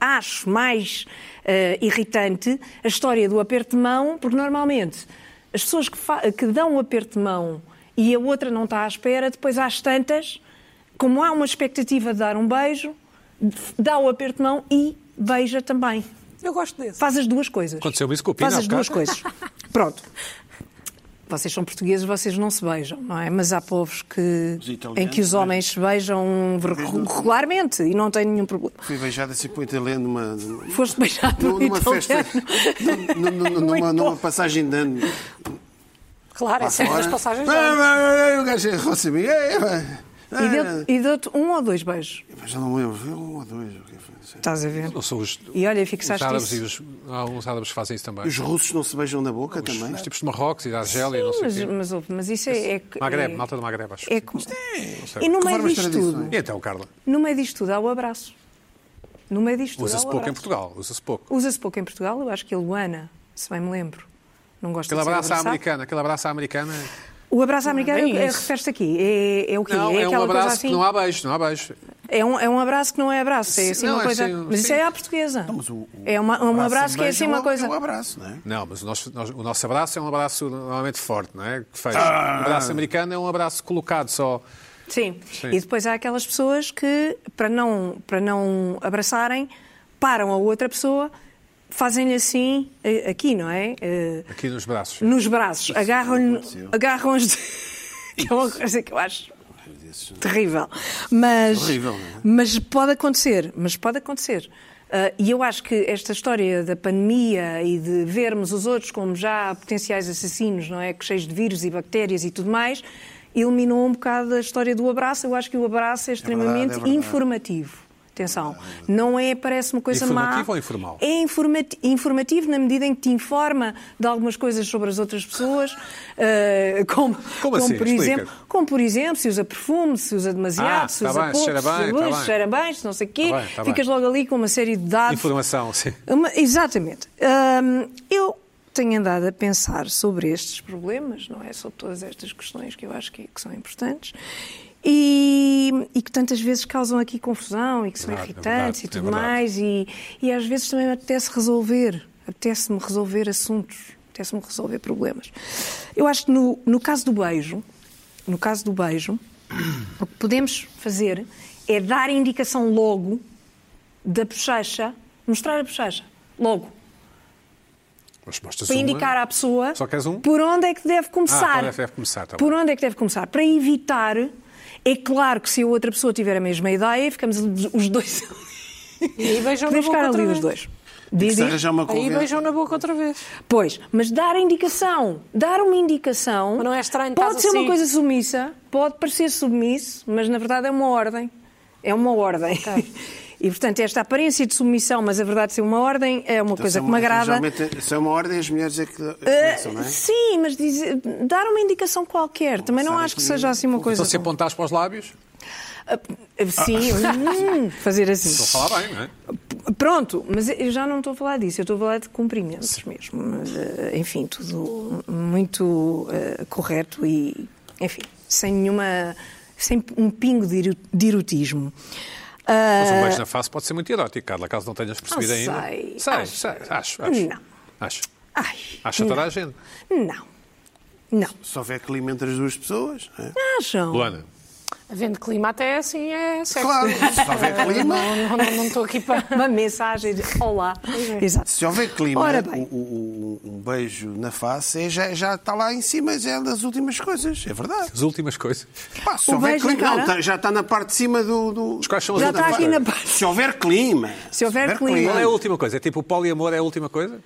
Speaker 3: Acho mais eh, irritante a história do aperto de mão, porque normalmente as pessoas que, fa- que dão o aperto de mão e a outra não está à espera, depois às tantas, como há uma expectativa de dar um beijo, dá o aperto de mão e beija também.
Speaker 5: Eu gosto desse.
Speaker 3: Faz as duas coisas.
Speaker 1: Aconteceu isso com o Pina
Speaker 3: Faz
Speaker 1: há
Speaker 3: as duas
Speaker 1: bocado.
Speaker 3: coisas. Pronto. Vocês são portugueses, vocês não se beijam, não é? Mas há povos que,
Speaker 2: Os italianos né?
Speaker 3: em que os homens se beijam regularmente e não têm nenhum problema.
Speaker 2: Fui beijada assim por um italiano numa, numa,
Speaker 3: Foste beijado por um
Speaker 2: numa
Speaker 3: italiano.
Speaker 2: festa, num- num- num- numa, numa passagem de ano.
Speaker 5: Claro, essa é uma das passagens.
Speaker 2: Ah,
Speaker 5: dela.
Speaker 2: ah, ah, O gajo recebeu.
Speaker 3: E
Speaker 2: Ah.
Speaker 3: deu- E deu-te um ou dois beijos,
Speaker 2: Mas eu não lembro, foi um ou dois. o que foi, não sei.
Speaker 3: estás a ver?
Speaker 1: Não são os,
Speaker 3: E olha,
Speaker 1: os
Speaker 3: fixaste
Speaker 1: árabes
Speaker 3: isso.
Speaker 1: e os, há alguns árabes que fazem isso também.
Speaker 2: Os russos não é? se beijam na boca
Speaker 1: Os,
Speaker 3: Um
Speaker 2: também?
Speaker 1: os tipos de Marrocos e da Argélia,
Speaker 3: Sim,
Speaker 1: não sei o
Speaker 3: mas,
Speaker 1: quê.
Speaker 3: mas, ouve, mas isso é... é que-
Speaker 1: Magreb,
Speaker 3: é-
Speaker 1: malta do Magreb, acho.
Speaker 3: É,
Speaker 1: que
Speaker 3: co-
Speaker 1: sei.
Speaker 3: e no meio
Speaker 2: Formas
Speaker 3: disto tudo,
Speaker 2: é tradições.
Speaker 1: E então, Carla,
Speaker 3: no meio disto tudo há o abraço. No meio disto tudo há
Speaker 1: usa-se
Speaker 3: o
Speaker 1: pouco em
Speaker 3: abraço.
Speaker 1: Portugal, usa-se pouco.
Speaker 3: Usa-se pouco em Portugal, eu acho que a Luana, se bem me lembro, não gosta
Speaker 1: Aquele
Speaker 3: de ser
Speaker 1: abraço à
Speaker 3: abraçada.
Speaker 1: americana, aquele abraço é à americana.
Speaker 3: O abraço americano
Speaker 5: Não é
Speaker 3: é,
Speaker 5: isso.
Speaker 3: refere-se aqui. É, é o quê?
Speaker 1: Não, é,
Speaker 3: aquela
Speaker 1: um
Speaker 3: coisa
Speaker 1: abraço
Speaker 3: assim?
Speaker 1: que não há beijo, não há beijo.
Speaker 3: É um, é um abraço que não é abraço, é assim
Speaker 1: Não,
Speaker 3: uma
Speaker 1: é
Speaker 3: coisa.
Speaker 1: assim,
Speaker 3: mas isso
Speaker 1: sim.
Speaker 3: é à portuguesa.
Speaker 2: Mas o- o
Speaker 3: é uma- um abraço, que é assim
Speaker 2: beijo
Speaker 3: uma
Speaker 2: é um-
Speaker 3: coisa.
Speaker 2: É um abraço, não é?
Speaker 1: Não, mas o nosso, nós- o nosso abraço é um abraço normalmente forte, não é? Que fez. o abraço americano é um abraço colocado só.
Speaker 3: Sim.
Speaker 1: Sim.
Speaker 3: E depois há aquelas pessoas que, para não, para não abraçarem, param a outra pessoa, fazem-lhe assim, eh, aqui, não é? Eh,
Speaker 1: Aqui nos braços.
Speaker 3: Nos braços. Agarram-lhe.
Speaker 2: aconteceu.
Speaker 3: Agarram-os. de- que é uma coisa que eu acho terrível. Mas,
Speaker 2: Horrível, não é?
Speaker 3: mas pode acontecer, mas pode acontecer. Ah, e eu acho que esta história da pandemia e de vermos os outros como já potenciais assassinos, não é? Que cheios de vírus e bactérias e tudo mais, eliminou um bocado a história do abraço. Eu acho que o abraço é extremamente
Speaker 2: verdade.
Speaker 3: informativo. Atenção, não é, parece uma coisa má.
Speaker 1: Informativo ou informal?
Speaker 3: É informati- informativo na medida em que te informa de algumas coisas sobre as outras pessoas, ah, como,
Speaker 1: Como assim?
Speaker 3: por
Speaker 1: Explica.
Speaker 3: exemplo, como por exemplo, se usa perfume, se usa demasiado,
Speaker 1: Ah,
Speaker 3: se
Speaker 1: tá
Speaker 3: usa
Speaker 1: bem,
Speaker 3: pouco,
Speaker 1: cheira
Speaker 3: se usa
Speaker 1: bem, tá
Speaker 3: luz,
Speaker 1: bem.
Speaker 3: cheira bem, se não sei o quê,
Speaker 1: Tá bem, tá
Speaker 3: ficas
Speaker 1: bem.
Speaker 3: logo ali com uma série de dados.
Speaker 1: Informação, sim.
Speaker 3: Uma- exatamente. Hum, eu tenho andado a pensar sobre estes problemas, não é? Sobre todas estas questões que eu acho que, que são importantes. E, e que tantas vezes causam aqui confusão e que são
Speaker 1: Verdade, é
Speaker 3: irritantes
Speaker 1: verdade,
Speaker 3: e
Speaker 1: é
Speaker 3: tudo
Speaker 1: verdade.
Speaker 3: mais. E, e às vezes também me apetece resolver, apetece-me resolver assuntos, apetece-me resolver problemas. Eu acho que no, no caso do beijo, no caso do beijo, o que podemos fazer é dar a indicação logo da bochecha, mostrar a bochecha, logo,
Speaker 1: Mas mostras
Speaker 3: para
Speaker 1: uma.
Speaker 3: indicar à pessoa
Speaker 1: Só queres um?
Speaker 3: por onde é que deve
Speaker 1: Ah,
Speaker 3: começar.
Speaker 1: por onde é que deve começar, tá bem.
Speaker 3: por onde é que deve começar? Para evitar, é claro que se a outra pessoa tiver a mesma ideia, ficamos os dois.
Speaker 5: E aí beijam na
Speaker 3: Podemos
Speaker 5: boca
Speaker 3: ficar
Speaker 5: outra
Speaker 3: ali
Speaker 5: vez.
Speaker 3: os dois.
Speaker 2: Tem que
Speaker 3: Diz,
Speaker 2: se
Speaker 3: diz.
Speaker 2: arranjar uma
Speaker 5: Aí
Speaker 2: conversa.
Speaker 5: beijam na boca outra vez.
Speaker 3: Pois, mas dar a indicação, dar uma indicação.
Speaker 5: Mas não é estranho,
Speaker 3: Pode
Speaker 5: estás
Speaker 3: ser uma
Speaker 5: assim.
Speaker 3: coisa submissa, pode parecer submisso, mas na verdade é uma ordem. É uma ordem. E portanto, esta aparência de submissão, mas a verdade de ser uma ordem, é
Speaker 1: Então,
Speaker 3: uma coisa
Speaker 2: São-
Speaker 3: que me agrada.
Speaker 2: geralmente, Se é uma ordem, as mulheres é que
Speaker 3: Eh,
Speaker 2: começam, não é?
Speaker 3: Sim, mas dizer- dar uma indicação qualquer. Também não
Speaker 2: começar
Speaker 3: acho que
Speaker 2: aqui.
Speaker 3: seja assim uma coisa.
Speaker 1: Então, se apontares para os lábios,
Speaker 3: Eh, Sim, hum, fazer assim.
Speaker 1: estou a falar bem, não é?
Speaker 3: Pronto, mas eu já não estou a falar disso, eu estou a falar de cumprimentos mesmo. Mas, eh, enfim, tudo muito eh, correto e, enfim, sem nenhuma. sem um pingo de eru- de erotismo. Ah,
Speaker 1: Mas um beijo na face pode ser muito erótico, Carla, caso não tenhas percebido
Speaker 3: Ah,
Speaker 1: ainda.
Speaker 3: sei.
Speaker 1: Sei,
Speaker 3: Acho.
Speaker 1: sei, acho, acho.
Speaker 3: Não.
Speaker 1: Acho.
Speaker 3: ai,
Speaker 1: Acho toda a gente.
Speaker 3: não. Não.
Speaker 2: Se houver clima entre as duas pessoas. não é?
Speaker 3: Acham?
Speaker 1: Luana,
Speaker 5: Havendo clima até assim é sexo.
Speaker 2: Claro, se houver clima.
Speaker 5: Não não- não estou aqui para...
Speaker 3: Uma mensagem de olá. Exato.
Speaker 2: Se houver clima,
Speaker 3: Ora
Speaker 2: o-
Speaker 3: bem.
Speaker 2: o- o- um beijo na face é, já, já está lá em cima, já é das últimas coisas, é verdade.
Speaker 1: as últimas coisas.
Speaker 2: Pá, se
Speaker 3: O
Speaker 2: houver
Speaker 3: beijo na
Speaker 2: clima, não,
Speaker 3: cara?
Speaker 2: tá- já está na parte de cima do. do...
Speaker 1: Mas quais são as
Speaker 3: Já
Speaker 1: últimas
Speaker 3: está aqui na
Speaker 1: coisas?
Speaker 3: parte.
Speaker 2: Se houver clima.
Speaker 3: Se houver clima.
Speaker 1: Qual é a última coisa? É tipo o poliamor é a última coisa?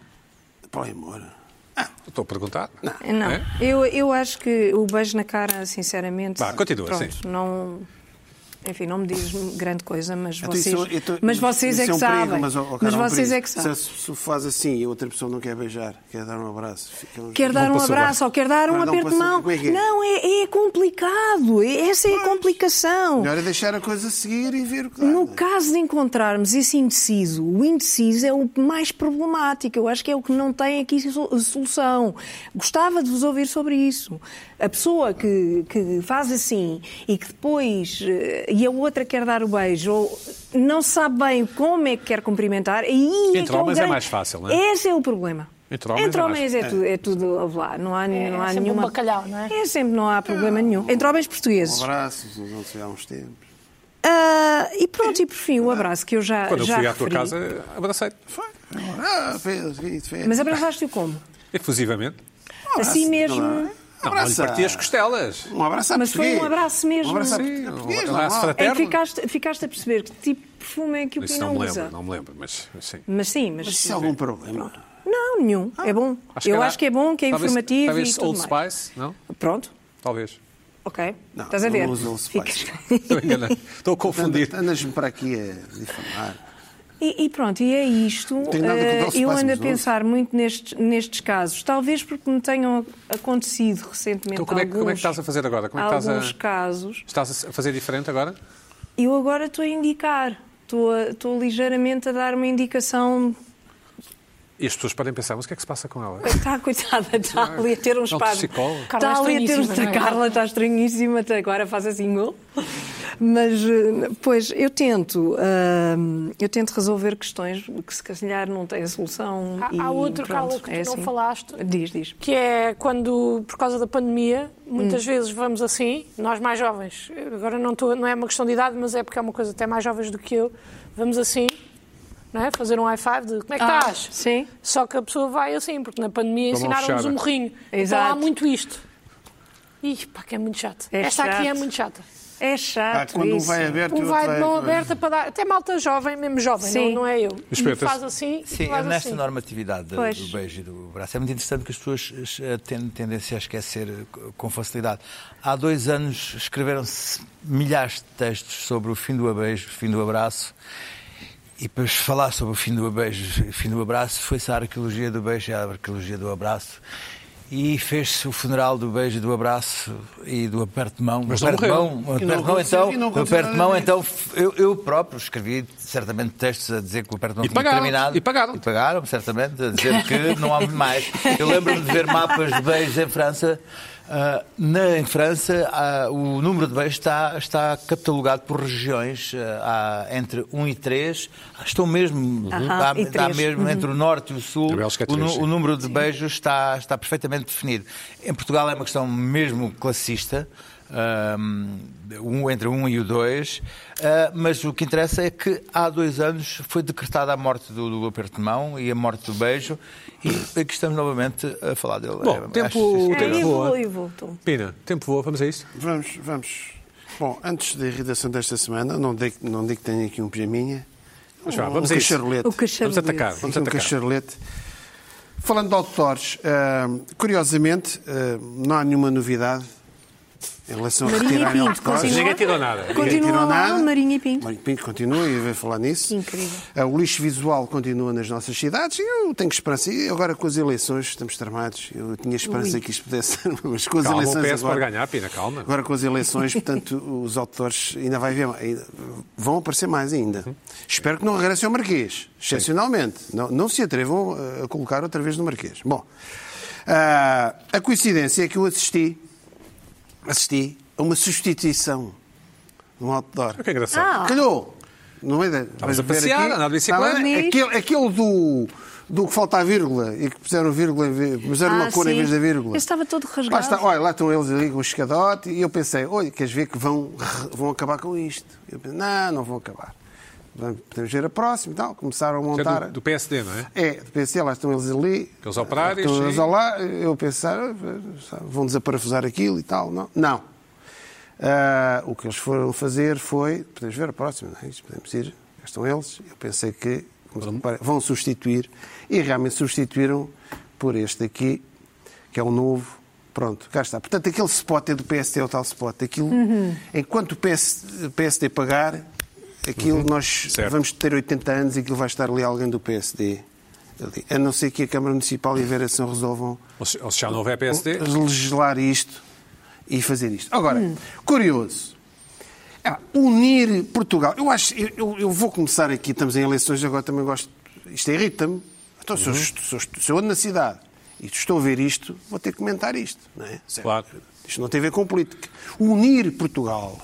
Speaker 2: Pô, é amor.
Speaker 1: Estou a perguntar.
Speaker 3: Não.
Speaker 1: É?
Speaker 3: Eu, eu acho que o beijo na cara, sinceramente.
Speaker 1: Vá, continua,
Speaker 3: pronto,
Speaker 1: sim.
Speaker 3: Não. Enfim, não me diz grande coisa, mas
Speaker 2: Então,
Speaker 3: vocês,
Speaker 2: isso- então,
Speaker 3: mas vocês
Speaker 2: isso
Speaker 3: é que
Speaker 2: um perigo,
Speaker 3: sabem.
Speaker 2: Mas, oh, cara,
Speaker 3: Mas
Speaker 2: é um
Speaker 3: vocês
Speaker 2: perigo.
Speaker 3: é que sabem.
Speaker 2: Se, se faz assim e a outra pessoa não quer beijar, quer dar um abraço, fica um-
Speaker 3: Quer dar um
Speaker 1: passou bem.
Speaker 3: abraço ou quer dar um
Speaker 2: Não, não
Speaker 3: aperto de
Speaker 2: passou.
Speaker 3: mão.
Speaker 2: Como é que é?
Speaker 3: Não, é, é complicado. Essa é a complicação.
Speaker 2: Melhor é deixar a coisa seguir e ver o que dá.
Speaker 3: No
Speaker 2: não é?
Speaker 3: caso de encontrarmos esse indeciso, o indeciso é o mais problemático. Eu acho que é o que não tem aqui so- solução. Gostava de vos ouvir sobre isso. A pessoa que, que faz assim e que depois. eh, e a outra quer dar o beijo ou não sabe bem como é que quer cumprimentar. E aí é
Speaker 1: Entre
Speaker 3: que é o
Speaker 1: homens é
Speaker 3: grande-
Speaker 1: mais fácil, não é?
Speaker 3: Esse é o problema.
Speaker 1: Entre homens é mais-
Speaker 3: é, tudo, é tudo a lá. Não há, não há
Speaker 5: sempre um
Speaker 3: nenhuma.
Speaker 5: bacalhau, não é?
Speaker 3: É sempre, não há problema nenhum. Entre homens portugueses.
Speaker 2: Um abraço, não sei, há uns tempos.
Speaker 3: Ah, e pronto, e por fim, o abraço que eu já.
Speaker 1: Quando eu
Speaker 3: já
Speaker 1: fui à tua
Speaker 3: referi.
Speaker 1: casa, abracei-te
Speaker 2: Foi. Ah, fez, fez, fez.
Speaker 3: Mas abraçaste-o como?
Speaker 1: efusivamente.
Speaker 3: assim mesmo.
Speaker 2: não é?
Speaker 1: Não, não lhe
Speaker 2: Abraça.
Speaker 1: parti as costelas.
Speaker 2: Um abraço a
Speaker 3: Mas foi
Speaker 2: português.
Speaker 3: um abraço mesmo.
Speaker 2: Um abraço a
Speaker 1: Sim, Ah,
Speaker 2: português.
Speaker 1: um
Speaker 2: normal.
Speaker 1: abraço
Speaker 3: É
Speaker 1: fraterno.
Speaker 3: que ficaste, ficaste a perceber que tipo de perfume é que o
Speaker 1: Isso
Speaker 3: Pina
Speaker 1: não me
Speaker 3: usa.
Speaker 1: lembro, não me lembro, mas mas sim.
Speaker 3: Mas sim, mas.
Speaker 2: Mas isso é algum problema?
Speaker 3: Não, nenhum. é bom.
Speaker 1: que
Speaker 3: eu
Speaker 1: era-
Speaker 3: acho que é bom, que é
Speaker 1: talvez-
Speaker 3: informativo
Speaker 1: Talvez
Speaker 3: e tudo
Speaker 1: Old
Speaker 3: mais.
Speaker 1: Spice, não?
Speaker 3: Pronto,
Speaker 1: Talvez.
Speaker 3: ok.
Speaker 2: Não,
Speaker 3: Estás a
Speaker 2: não
Speaker 3: ver?
Speaker 2: uso Old Spice.
Speaker 1: Estou enganado. Estou a confundir.
Speaker 2: Anda- Andas-me para aqui a difamar.
Speaker 3: E, e pronto, e é isto.
Speaker 2: tenho nada contra o
Speaker 3: Eh,
Speaker 2: nosso
Speaker 3: eu
Speaker 2: espaço,
Speaker 3: ando a
Speaker 2: mas não.
Speaker 3: pensar muito nestes, nestes casos, talvez porque me tenham acontecido recentemente
Speaker 1: Então, como é que-
Speaker 3: alguns,
Speaker 1: como é que estás a fazer agora? Como é que estás a-
Speaker 3: alguns casos.
Speaker 1: Estás a fazer diferente agora?
Speaker 3: Eu agora estou a indicar, estou, a- estou ligeiramente a dar uma indicação.
Speaker 1: E as pessoas podem pensar, mas o que é que se passa com ela?
Speaker 3: Está coitada, está ali a
Speaker 2: É
Speaker 3: ter um
Speaker 1: Não,
Speaker 3: espasmo.
Speaker 1: psicólogo.
Speaker 5: Carla,
Speaker 3: Está ali a ter um
Speaker 5: estranhíssima, não é?
Speaker 3: Carla, está estranhíssima, até agora faz assim gol. Mas, eh, pois, eu tento, hum, eu tento resolver questões que se calhar não têm solução.
Speaker 5: Há-
Speaker 3: e
Speaker 5: há outro,
Speaker 3: pronto,
Speaker 5: Carla, que
Speaker 3: é
Speaker 5: tu não
Speaker 3: assim.
Speaker 5: falaste.
Speaker 3: Diz, diz.
Speaker 5: que é quando, por causa da pandemia, muitas
Speaker 3: Hum.
Speaker 5: vezes vamos assim, nós mais jovens, agora não, estou- não é uma questão de idade, mas é porque é uma coisa até mais jovens do que eu, vamos assim, não é? fazer um high five de como é que
Speaker 3: Ah,
Speaker 5: estás?
Speaker 3: sim.
Speaker 5: Só que a pessoa vai assim, porque na pandemia
Speaker 1: Com a mão
Speaker 5: ensinaram-nos o
Speaker 1: fechada.
Speaker 5: morrinho. Então
Speaker 3: Exato.
Speaker 5: há muito isto. Ih, pá, que é muito chato.
Speaker 3: É
Speaker 5: Esta aqui é
Speaker 3: chato.
Speaker 5: muito chata.
Speaker 3: É
Speaker 2: Ah,
Speaker 3: chato
Speaker 2: quando um
Speaker 3: isso.
Speaker 2: vai aberto e o outro
Speaker 5: Um vai de mão
Speaker 2: vai-
Speaker 5: aberta para dar. Até malta jovem, mesmo jovem,
Speaker 3: Sim.
Speaker 5: não, não é eu. E
Speaker 1: Espeta-se.
Speaker 5: faz assim e
Speaker 4: Sim, é
Speaker 5: faz
Speaker 4: nesta
Speaker 5: assim.
Speaker 4: normatividade do,
Speaker 3: Pois.
Speaker 4: do beijo e do abraço, é muito interessante que as pessoas eh, têm tendência a esquecer eh, co- com facilidade. Há dois anos escreveram-se milhares de textos sobre o fim do beijo, fim do abraço, e depois falar sobre o fim do beijo e fim do abraço foi-se à arqueologia do beijo e à arqueologia do abraço. E fez-se o funeral do beijo, e do abraço e do aperto de mão.
Speaker 1: Mas
Speaker 4: Do
Speaker 1: não
Speaker 4: aperto de
Speaker 1: morreu.
Speaker 4: mão, um
Speaker 2: E
Speaker 4: aperto
Speaker 2: não
Speaker 4: de mão,
Speaker 2: aconteceu-
Speaker 4: então,
Speaker 2: e não
Speaker 4: do
Speaker 2: aconteceu
Speaker 4: aperto de mão,
Speaker 2: nada
Speaker 4: então f- eu, eu próprio escrevi certamente textos a dizer que o aperto de mão
Speaker 1: E
Speaker 4: tinha
Speaker 1: pagaram,
Speaker 4: terminado.
Speaker 1: e pagaram.
Speaker 4: E pagaram, certamente, a dizer que não há mais. Eu lembro-me de ver mapas de beijos em França. Ah, na, em França, ah, o número de beijos está, está catalogado por regiões. ah, há entre 1 e 3. Estão mesmo,
Speaker 3: Ahá,
Speaker 4: há-
Speaker 3: e
Speaker 4: está
Speaker 3: três.
Speaker 2: Uhum.
Speaker 4: mesmo entre o norte e o sul.
Speaker 1: Na Bélgica é
Speaker 4: o nu-
Speaker 1: três, sim.
Speaker 4: o número de beijos está, está perfeitamente definido. Em Portugal é uma questão mesmo classista, hum, um, entre o um e o dois, ah, mas o que interessa é que há dois anos foi decretada a morte do, do aperto de mão e a morte do beijo, e aqui estamos novamente a falar dele.
Speaker 1: Bom,
Speaker 4: É,
Speaker 1: tempo-
Speaker 4: acho-
Speaker 1: tempo-
Speaker 3: É, e
Speaker 1: Boa.
Speaker 3: vou e volto.
Speaker 1: Pina, tempo voa, vamos a isso?
Speaker 3: Um
Speaker 2: Vamos, vamos. Bom, antes da irritação desta semana, não digo, não digo que tenho aqui um pijaminha.
Speaker 1: Mas vá,
Speaker 2: Um-
Speaker 1: vamos
Speaker 2: um
Speaker 1: a isso.
Speaker 2: cacharolete.
Speaker 3: O cacharro.
Speaker 1: Vamos atacar, vamos
Speaker 2: um
Speaker 1: atacar.
Speaker 2: cacharolete. Falando de outdoors, ah, curiosamente, ah, não há nenhuma novidade em relação a
Speaker 3: Marinha
Speaker 2: retirar
Speaker 3: Pinto,
Speaker 2: outdoors.
Speaker 3: continua.
Speaker 1: Ninguém tirou nada.
Speaker 2: Ninguém
Speaker 3: Continua
Speaker 2: tirou
Speaker 3: lá,
Speaker 2: nada.
Speaker 3: Marinha e Pinto.
Speaker 2: Marinho Pinto continua e vai falar nisso.
Speaker 3: Incrível.
Speaker 2: Ah, o lixo visual continua nas nossas cidades e eu tenho esperança. E agora com as eleições estamos tramados. Eu tinha esperança
Speaker 3: Ui.
Speaker 2: que isto pudesse ser, mas com as
Speaker 1: Calma, o
Speaker 2: eleições
Speaker 1: PS pode
Speaker 2: agora...
Speaker 1: ganhar, Pina, calma.
Speaker 2: Agora com as eleições, portanto, os autores ainda vai ver, ainda- vão aparecer mais ainda. Espero que não regressem ao Marquês, excepcionalmente. Não, não se atrevam eh, a colocar outra vez no Marquês. Bom, ah, a coincidência é que eu assisti, assisti a uma substituição num outdoor.
Speaker 1: Que engraçado.
Speaker 3: Ah.
Speaker 2: Calhou! Não é?
Speaker 1: a passear, andar de bicicleta.
Speaker 2: Tá aquele, aquele do, do que falta a vírgula e que puseram vírgula, em vez- puseram
Speaker 3: Ah,
Speaker 2: uma cor em
Speaker 3: sim.
Speaker 2: vez da vírgula.
Speaker 3: Eu estava todo rasgado.
Speaker 2: Lá está, olha, lá estão eles ali com o escadote e eu pensei, olha, queres ver que vão, vão acabar com isto? Eu pensei, não, não vão acabar. Vamos- Podemos ver a próxima e tal. Começaram a
Speaker 1: Isso é
Speaker 2: montar.
Speaker 1: do, do PSD, não é?
Speaker 2: É, pensei, lá estão eles ali.
Speaker 1: Aqueles operários,
Speaker 2: Estão eles
Speaker 1: sim.
Speaker 2: lá, eu pensar, ah, vão desaparafusar aquilo e tal. Não. não. Ah, o que eles foram fazer foi. Podemos ver a próxima, não é? Isto Podemos ir. Cá estão eles. Eu pensei que vão substituir. E realmente substituíram por este aqui, que é o novo, Pronto, cá está. Portanto, aquele spot é do PSD, é o tal spot. Aquilo, Enquanto o PS, PSD pagar, aquilo nós
Speaker 1: Certo.
Speaker 2: vamos ter 80 anos e aquilo vai estar ali alguém do PSD. ali. A não ser que a Câmara Municipal e a Vereação resolvam
Speaker 1: Ou se, ou se já não houver PSD,
Speaker 2: legislar isto e fazer isto. Agora, curioso. É pá, unir Portugal. Eu acho, eu- eu, eu vou começar aqui, estamos em eleições, agora também gosto. Isto irrita-me. Então, se, eu, est- se eu est- se eu ando na cidade e estou a ver isto, vou ter que comentar isto. Não é? Certo?
Speaker 1: Claro.
Speaker 2: Isto não tem a ver com política. Unir Portugal.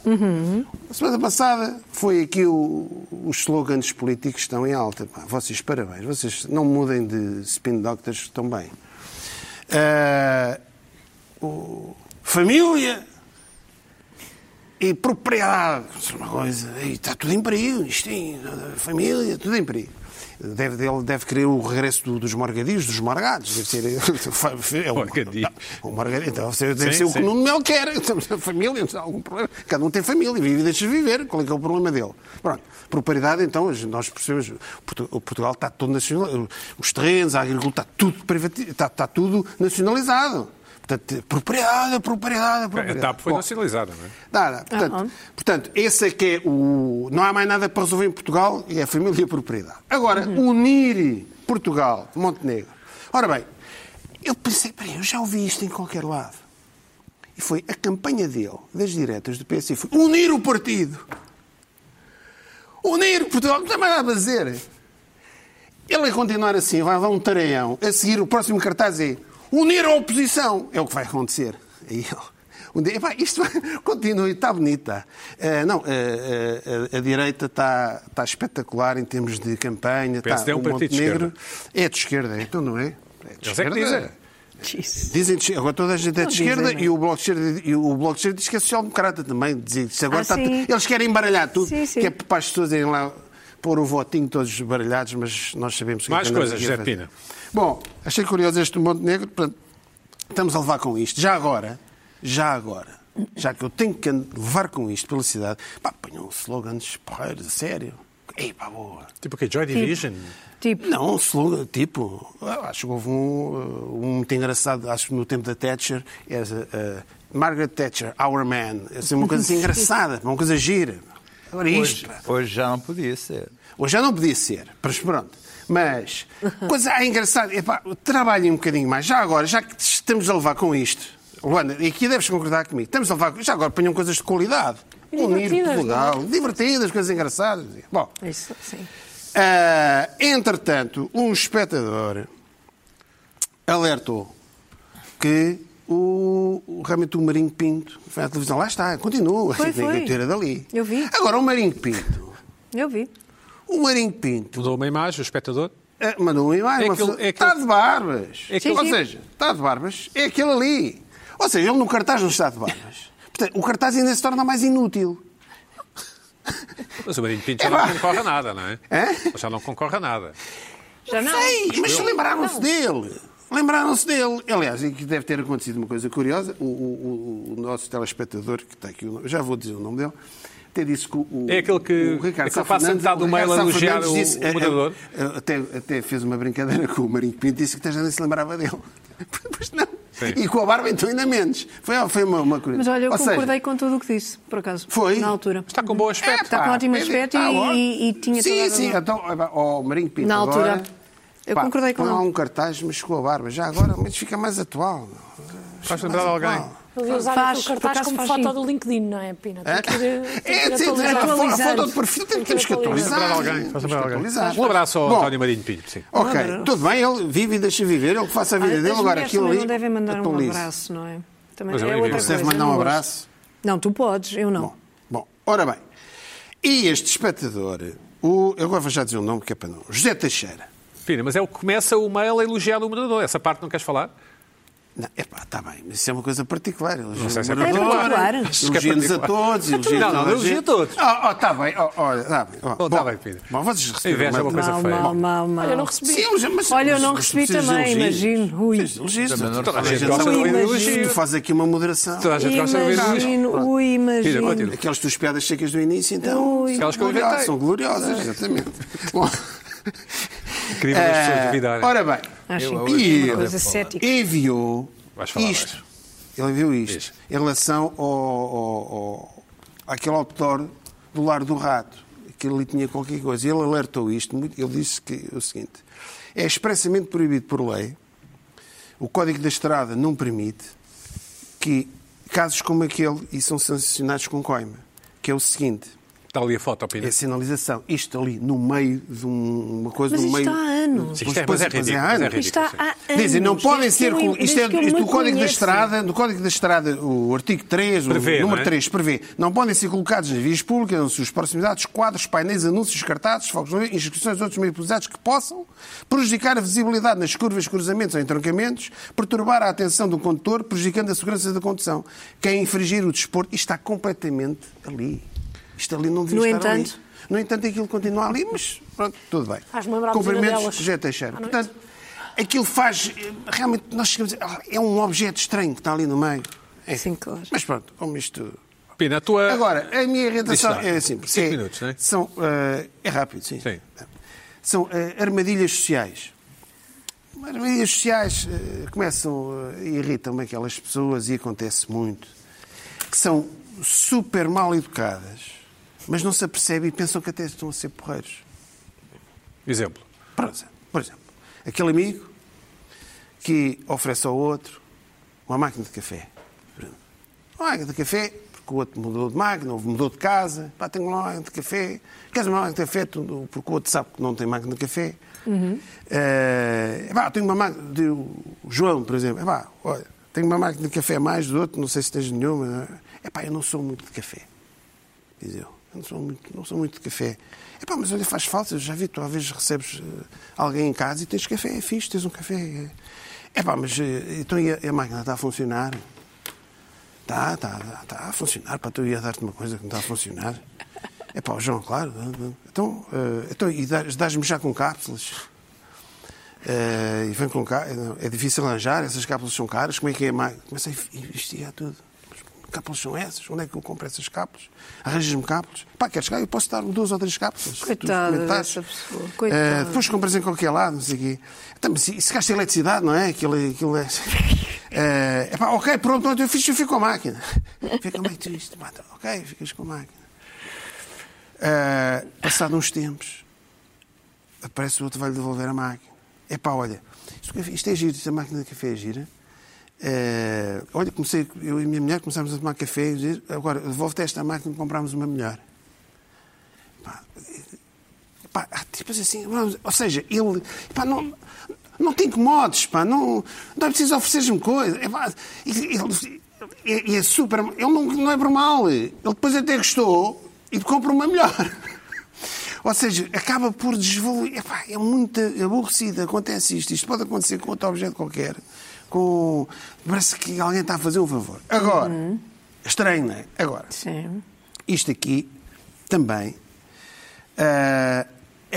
Speaker 2: A semana passada foi aqui o- os slogans políticos que estão em alta. Pá, vocês, parabéns. Vocês não mudem de spin doctors tão bem. Ah, o- família e propriedade. Isso é Uma coisa, e está tudo em perigo, isto tem família, tudo em perigo. Deve, ele deve querer o regresso do- dos morgadios, dos morgados. Deve ser. É um,
Speaker 1: Morgadio.
Speaker 2: o morgado, então deve
Speaker 1: Sim,
Speaker 2: ser o
Speaker 1: sim.
Speaker 2: que o Nuno Melo quer. Estamos na família, não há algum problema. Cada um tem família, vive e deixa viver. Qual é que é o problema dele? Pronto, propriedade, então, hoje nós percebemos. Portu- O Portugal está todo nacional. Os terrenos, a agricultura, está tudo, privati- está, está tudo nacionalizado. Portanto, propriedade, propriedade,
Speaker 1: a
Speaker 2: propriedade.
Speaker 1: TAP foi
Speaker 2: Bom,
Speaker 1: nacionalizada, não é?
Speaker 2: Dá, dá. Portanto,
Speaker 3: Ah, ah.
Speaker 2: portanto, esse é que é o. Não há mais nada para resolver em Portugal, é a família e a propriedade. Agora,
Speaker 3: Uhum.
Speaker 2: unir Portugal, Montenegro. Ora bem, eu pensei, peraí, eu já ouvi isto em qualquer lado. E foi a campanha dele, das diretas do PS, foi unir o partido. Unir Portugal, não tem mais nada a dizer. Ele a continuar assim, vai dar um tareão. A seguir, o próximo cartaz é unir a oposição. É o que vai acontecer. E ele, um dia, epá, isto vai- continua e está bonita. Ah, não, ah, ah, ah, a, direita está, está espetacular em termos de campanha.
Speaker 1: O PSD
Speaker 2: está,
Speaker 1: é um
Speaker 2: o
Speaker 1: partido de
Speaker 2: Montenegro é de esquerda, então não é? É de
Speaker 1: Eles é que dizem.
Speaker 3: Jesus.
Speaker 2: Dizem de esquerda. agora toda a gente é de
Speaker 3: Não
Speaker 2: esquerda
Speaker 3: dizem, não.
Speaker 2: e o, bloco de esquerda, e o Bloco de Esquerda diz que é social-democrata também. Dizem, que isso agora
Speaker 3: Ah,
Speaker 2: está-
Speaker 3: sim.
Speaker 2: eles querem embaralhar tudo,
Speaker 3: Sim, sim.
Speaker 2: que é para as pessoas irem lá pôr o votinho todos baralhados, mas nós sabemos o que é
Speaker 1: Mais
Speaker 2: que andamos
Speaker 1: coisas,
Speaker 2: aqui a
Speaker 1: José
Speaker 2: fazer.
Speaker 1: Pina.
Speaker 2: Bom, achei curioso este do Montenegro, portanto, estamos a levar com isto. Já agora, já agora, já que eu tenho que and- levar com isto pela cidade, pá, ponham slogans porreiros, a sério. Ei, pá, boa.
Speaker 1: Tipo o quê? Joy Division?
Speaker 3: Tipo,
Speaker 2: Não, slogan, tipo, ah, acho que houve um, uh, um muito engraçado, acho que no tempo da Thatcher, era, uh, Margaret Thatcher, Our Man, assim, uma coisa assim engraçada, uma coisa gira. Agora isto,
Speaker 4: Hoje,
Speaker 2: pá.
Speaker 4: hoje já não podia ser.
Speaker 2: hoje já não podia ser, mas pronto. Mas, coisa ah, engraçada, epá, trabalhem um bocadinho mais, já agora, já que estamos a levar com isto, Luana, e aqui deves concordar comigo, estamos a levar, já agora ponham coisas de qualidade.
Speaker 5: E
Speaker 2: Unir
Speaker 5: divertidas,
Speaker 2: Portugal, divertidas, coisas engraçadas. Bom,
Speaker 3: isso, sim.
Speaker 2: ah, entretanto, um espectador alertou que o, o- realmente o Marinho Pinto foi à televisão. Lá está, continua.
Speaker 3: Foi,
Speaker 2: tem
Speaker 3: foi.
Speaker 2: que ter dali.
Speaker 3: Eu vi.
Speaker 2: Agora, o Marinho Pinto.
Speaker 3: Eu vi.
Speaker 2: O Marinho Pinto
Speaker 1: Mudou uma imagem, o espectador?
Speaker 2: ah, mandou uma imagem.
Speaker 1: É
Speaker 2: uma
Speaker 1: aquele-
Speaker 2: foto.
Speaker 1: é aquele-
Speaker 2: Está de barbas.
Speaker 1: É aquele-
Speaker 2: Ou seja, está de barbas. É aquele ali. Ou seja, ele no cartaz não está de barbas. Portanto, o cartaz ainda se torna mais inútil.
Speaker 1: Mas o Marinho Pinto já
Speaker 2: É lá.
Speaker 1: não concorre a nada, não é?
Speaker 2: Hã?
Speaker 1: Já não concorre a nada.
Speaker 3: Já não?
Speaker 2: Sei, mas lembraram-se dele. Lembraram-se dele. Aliás, e que deve ter acontecido uma coisa curiosa. O, o- o- o nosso telespectador, que está aqui, o nome- já vou dizer o nome dele, até disse que o, o-
Speaker 1: É aquele que-
Speaker 2: o
Speaker 1: aquele
Speaker 2: Ricardo
Speaker 1: que
Speaker 2: Sá
Speaker 1: passa
Speaker 2: Fernandes-
Speaker 1: metade do
Speaker 2: o Ricardo
Speaker 1: mail a
Speaker 2: Sá
Speaker 1: elogiar
Speaker 2: Fernandes
Speaker 1: o-
Speaker 2: disse-
Speaker 1: o moderador.
Speaker 2: eh, eh, Até, até fez uma brincadeira com o Marinho Pinto, disse que até já nem se lembrava dele. Pois não.
Speaker 1: Sim.
Speaker 2: E com a barba, então, ainda menos. Foi, foi uma, uma curiosidade.
Speaker 3: Mas olha, eu
Speaker 2: Ou seja,
Speaker 3: concordei com tudo o que disse, por acaso.
Speaker 2: Foi?
Speaker 3: Na altura.
Speaker 1: Está com um bom aspecto.
Speaker 3: Está com
Speaker 2: pá,
Speaker 3: ótimo
Speaker 2: é,
Speaker 3: aspecto
Speaker 2: tá
Speaker 3: e-
Speaker 2: ótimo.
Speaker 3: e- e tinha toda
Speaker 2: Sim,
Speaker 3: a
Speaker 2: sim.
Speaker 3: razão.
Speaker 2: Então, ó, ó, Marinho Pinto,
Speaker 3: Na altura.
Speaker 2: agora-
Speaker 3: Eu concordei com
Speaker 2: põe lá
Speaker 3: ele.
Speaker 2: um cartaz, mas com a barba. Já agora, mas fica mais atual. Fica
Speaker 1: Faz
Speaker 2: mais
Speaker 1: lembrar alguém.
Speaker 2: atual.
Speaker 5: Ele usava
Speaker 3: Faz,
Speaker 5: aquele
Speaker 3: por
Speaker 5: cartaz
Speaker 3: acaso
Speaker 5: como
Speaker 3: faz
Speaker 5: foto
Speaker 3: sim.
Speaker 5: do LinkedIn, não é, Pina? Tem que ir- tem que
Speaker 2: É,
Speaker 5: ir
Speaker 2: sim,
Speaker 5: atualizar.
Speaker 2: a fo- a
Speaker 3: atualizar.
Speaker 2: foto do perfil tem- temos que
Speaker 5: Tem que
Speaker 2: atualizar.
Speaker 1: Lembrar alguém.
Speaker 2: Temos que atualizar.
Speaker 1: Um abraço ao
Speaker 2: tá. Bom,
Speaker 1: António Marinho Pinto, sim.
Speaker 2: Ok,
Speaker 3: Um abraço.
Speaker 2: tudo bem, ele vive e deixa viver, ele que faça a vida
Speaker 3: Olha,
Speaker 2: dele.
Speaker 3: Ah, as
Speaker 2: Agora
Speaker 3: mulheres
Speaker 2: aquilo
Speaker 3: também
Speaker 2: ali. então
Speaker 3: não devem mandar um
Speaker 2: atualiza.
Speaker 3: abraço, não é? Também
Speaker 1: Mas
Speaker 3: é
Speaker 1: eu
Speaker 3: outra
Speaker 1: iria.
Speaker 2: Você
Speaker 3: coisa.
Speaker 2: deve mandar
Speaker 3: não
Speaker 2: um
Speaker 3: gosto.
Speaker 2: abraço.
Speaker 3: Não, tu podes, eu não.
Speaker 2: Bom, bom, ora bem. E este espectador, o, eu agora vou já dizer o nome que é para não. José Teixeira.
Speaker 1: Pina, mas é o que começa o mail a elogiar o moderador. Essa parte não queres falar?
Speaker 2: Não, epá, está bem, mas isso é uma coisa particular. Não
Speaker 1: sei se é
Speaker 3: particular.
Speaker 2: Elogia-nos a todos. elogia-nos
Speaker 1: Não, não,
Speaker 2: toda a
Speaker 1: elogia
Speaker 2: gente.
Speaker 1: todos.
Speaker 2: Ah, está bem, ó, ó, está bem. ó.
Speaker 1: Oh, tá
Speaker 2: Bom,
Speaker 1: bem, Pedro.
Speaker 2: Bom, vocês receberam.
Speaker 1: Inveja é uma coisa
Speaker 3: Mal,
Speaker 1: feia.
Speaker 3: mal, mal, mal.
Speaker 5: Olha, eu não recebi.
Speaker 2: Sim, elogia- mas-
Speaker 3: Olha, eu
Speaker 2: mas-
Speaker 3: não
Speaker 2: mas
Speaker 3: recebi
Speaker 2: precisas de
Speaker 3: também,
Speaker 2: elogios.
Speaker 3: imagino. Ui.
Speaker 2: Precisas de elogios.
Speaker 1: Toda a
Speaker 2: Mas
Speaker 1: gente
Speaker 2: já
Speaker 1: gosta de
Speaker 2: são-
Speaker 1: ouvir
Speaker 2: Tu
Speaker 1: elogios.
Speaker 2: fazes aqui uma moderação.
Speaker 1: Toda a gente gosta de ouvir elogios.
Speaker 3: Imagino, ui,
Speaker 1: Pina,
Speaker 3: imagino.
Speaker 1: continua.
Speaker 2: Aquelas tuas piadas secas do início, então.
Speaker 3: Ui.
Speaker 1: Aquelas que eu
Speaker 2: gloriosas,
Speaker 1: inventei.
Speaker 2: São gloriosas, exatamente. Bom,
Speaker 1: Incrível as pessoas
Speaker 2: eh,
Speaker 1: duvidarem.
Speaker 2: ora bem,
Speaker 3: Acho
Speaker 4: Eu-
Speaker 3: incrível,
Speaker 2: eu-
Speaker 3: uma coisa cética.
Speaker 2: enviou
Speaker 1: Vais falar,
Speaker 2: isto. Ele enviou isto. Em relação ao, ao, ao, àquele outdoor do Lar do Rato, que ali tinha qualquer coisa. Ele alertou isto. muito- Ele disse que o seguinte: é expressamente proibido por lei, o Código da Estrada não permite que casos como aquele e são sancionados com coima, que é o seguinte.
Speaker 1: Está ali a foto, Pina.
Speaker 2: É sinalização. Isto ali no meio de um- uma coisa.
Speaker 3: Mas
Speaker 2: no
Speaker 3: isto
Speaker 2: meio...
Speaker 3: há anos.
Speaker 1: Sim, isto é-
Speaker 2: Pois
Speaker 1: mas é
Speaker 2: pois
Speaker 1: ridículo, mas
Speaker 2: há
Speaker 1: é
Speaker 2: anos.
Speaker 1: ridículo.
Speaker 3: Isto há há anos.
Speaker 2: Dizem, não podem
Speaker 3: Desde
Speaker 2: ser.
Speaker 3: que eu-
Speaker 2: com- Isto é
Speaker 3: desde que eu
Speaker 2: isto
Speaker 3: me
Speaker 2: do Código da
Speaker 3: conheço.
Speaker 2: Estrada, do Código da Estrada, o artigo 3,
Speaker 1: Prevê,
Speaker 2: o
Speaker 1: não
Speaker 2: número
Speaker 1: é?
Speaker 2: 3, prevê. Não podem ser colocados nas vias públicas, anúncios de proximidades, quadros, painéis, anúncios, cartazes, fogos, de luz, inscrições e outros meios publicitários que possam prejudicar a visibilidade nas curvas, cruzamentos ou entroncamentos, perturbar a atenção do condutor, prejudicando a segurança da condução. Quem infringir o desporto, isto está completamente ali. Isto ali não devia
Speaker 3: No
Speaker 2: estar ali.
Speaker 3: entanto-
Speaker 2: No entanto, aquilo continua ali, mas pronto, tudo bem.
Speaker 5: Faz-me lembrar a buzina delas.
Speaker 2: Cumprimentos, José Teixeira.
Speaker 5: À noite.
Speaker 2: Portanto, aquilo faz. eh, Realmente, nós chegamos. a- É um objeto estranho que está ali no meio. É.
Speaker 3: Sim, claro.
Speaker 2: Mas pronto, como isto.
Speaker 1: Pina, a tua...
Speaker 2: Agora, a minha irritação
Speaker 1: Diz lá.
Speaker 2: é simples.
Speaker 1: Cinco
Speaker 2: é,
Speaker 1: minutos, não é?
Speaker 2: São, eh, é rápido, sim.
Speaker 1: Sim.
Speaker 2: São eh, armadilhas sociais. Armadilhas sociais eh, começam eh, e irritam-me aquelas pessoas, e acontece muito, que são super mal educadas, mas não se apercebem e pensam que até estão a ser porreiros.
Speaker 1: Exemplo.
Speaker 2: Por exemplo, por exemplo, aquele amigo que oferece ao outro uma máquina de café. Por exemplo. Uma máquina de café, porque o outro mudou de máquina, ou mudou de casa. Pá, tenho uma máquina de café. Queres uma máquina de café? Tu- Porque o outro sabe que não tem máquina de café. Eh, pá, tenho uma máquina... de- O João, por exemplo. Pá, olha, tenho uma máquina de café a mais do outro, não sei se tens nenhuma. É pá, eu não sou muito de café. Diz eu. Eu não sou muito, não sou muito de café. Epá, mas olha, faz falta, eu já vi, tu às vezes recebes eh, alguém em casa e tens café, é fixe, tens um café. É Epá, mas eh, então e a, e a máquina está a funcionar? Tá, Está, está, está a funcionar, para tu ia dar-te uma coisa que não está a funcionar. Epá, o João, claro. Então, eh, então e dás- dás-me já com cápsulas? Eh, e vem com cá, é difícil arranjar, essas cápsulas são caras, como é que é mais? Comecei a investigar é tudo. Mas que cápsulas são essas? Onde é que eu compro essas cápsulas? Arranjas-me cápsulas? Pá, queres cá? Eu posso dar duas ou três cápsulas. se tu
Speaker 3: Coitada
Speaker 2: experimentares.
Speaker 3: dessa pessoa, coitada.
Speaker 2: Eh, depois compras em qualquer lado, não sei o quê. Então, mas isso gasta eletricidade, não é? Aquilo, é- aquilo é. Eh, epá, ok, pronto, pronto, eu fiz, eu fico com a máquina. Fica meio triste, pá, tá, ok, ficas com a máquina. Eh, passado uns tempos, aparece o outro vai-lhe devolver a máquina. Epá, olha, isto, café- isto é giro, isto a máquina de café é gira. Eh, olha, comecei, eu e a minha mulher começámos a tomar café, e dizer, agora devolve-te esta máquina e comprámos uma melhor. Pá, Pá, há tipos assim, vamos- ou seja, ele pá, não, não te incomodes, pá, não, não é preciso oferecer-me coisa. É, pá, ele, ele- é, é super. Ele não, não é normal. Ele depois até gostou e te compra uma melhor. Ou seja, acaba por desvalorizar. Epá, É muito aborrecido, acontece isto. Isto pode acontecer com outro objeto qualquer. Com... Parece que alguém está a fazer um favor. Agora, estranho, não é? Agora,
Speaker 3: Sim.
Speaker 2: isto aqui também ah,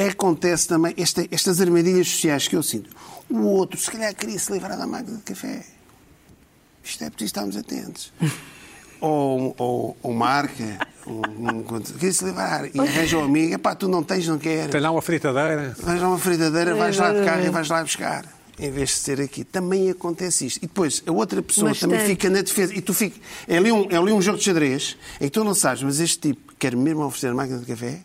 Speaker 2: acontece também esta- estas armadilhas sociais que eu sinto. O outro, se calhar, queria se livrar da máquina de café. Isto é preciso estarmos atentos. ou, um, ou, ou marca, ou, um- queria se livrar. E arranja um amigo, pá, tu não tens, não queres.
Speaker 1: Tem lá uma fritadeira.
Speaker 2: Vais a uma fridadeira, vais lá de carro e vais lá buscar. Em vez de ser aqui. Também acontece isto. E depois, a outra pessoa
Speaker 3: Mas
Speaker 2: também
Speaker 3: tem.
Speaker 2: fica na defesa. E tu fica... É ali, um, é ali um jogo de xadrez em que tu não sabes, mas este tipo quer mesmo oferecer a máquina de café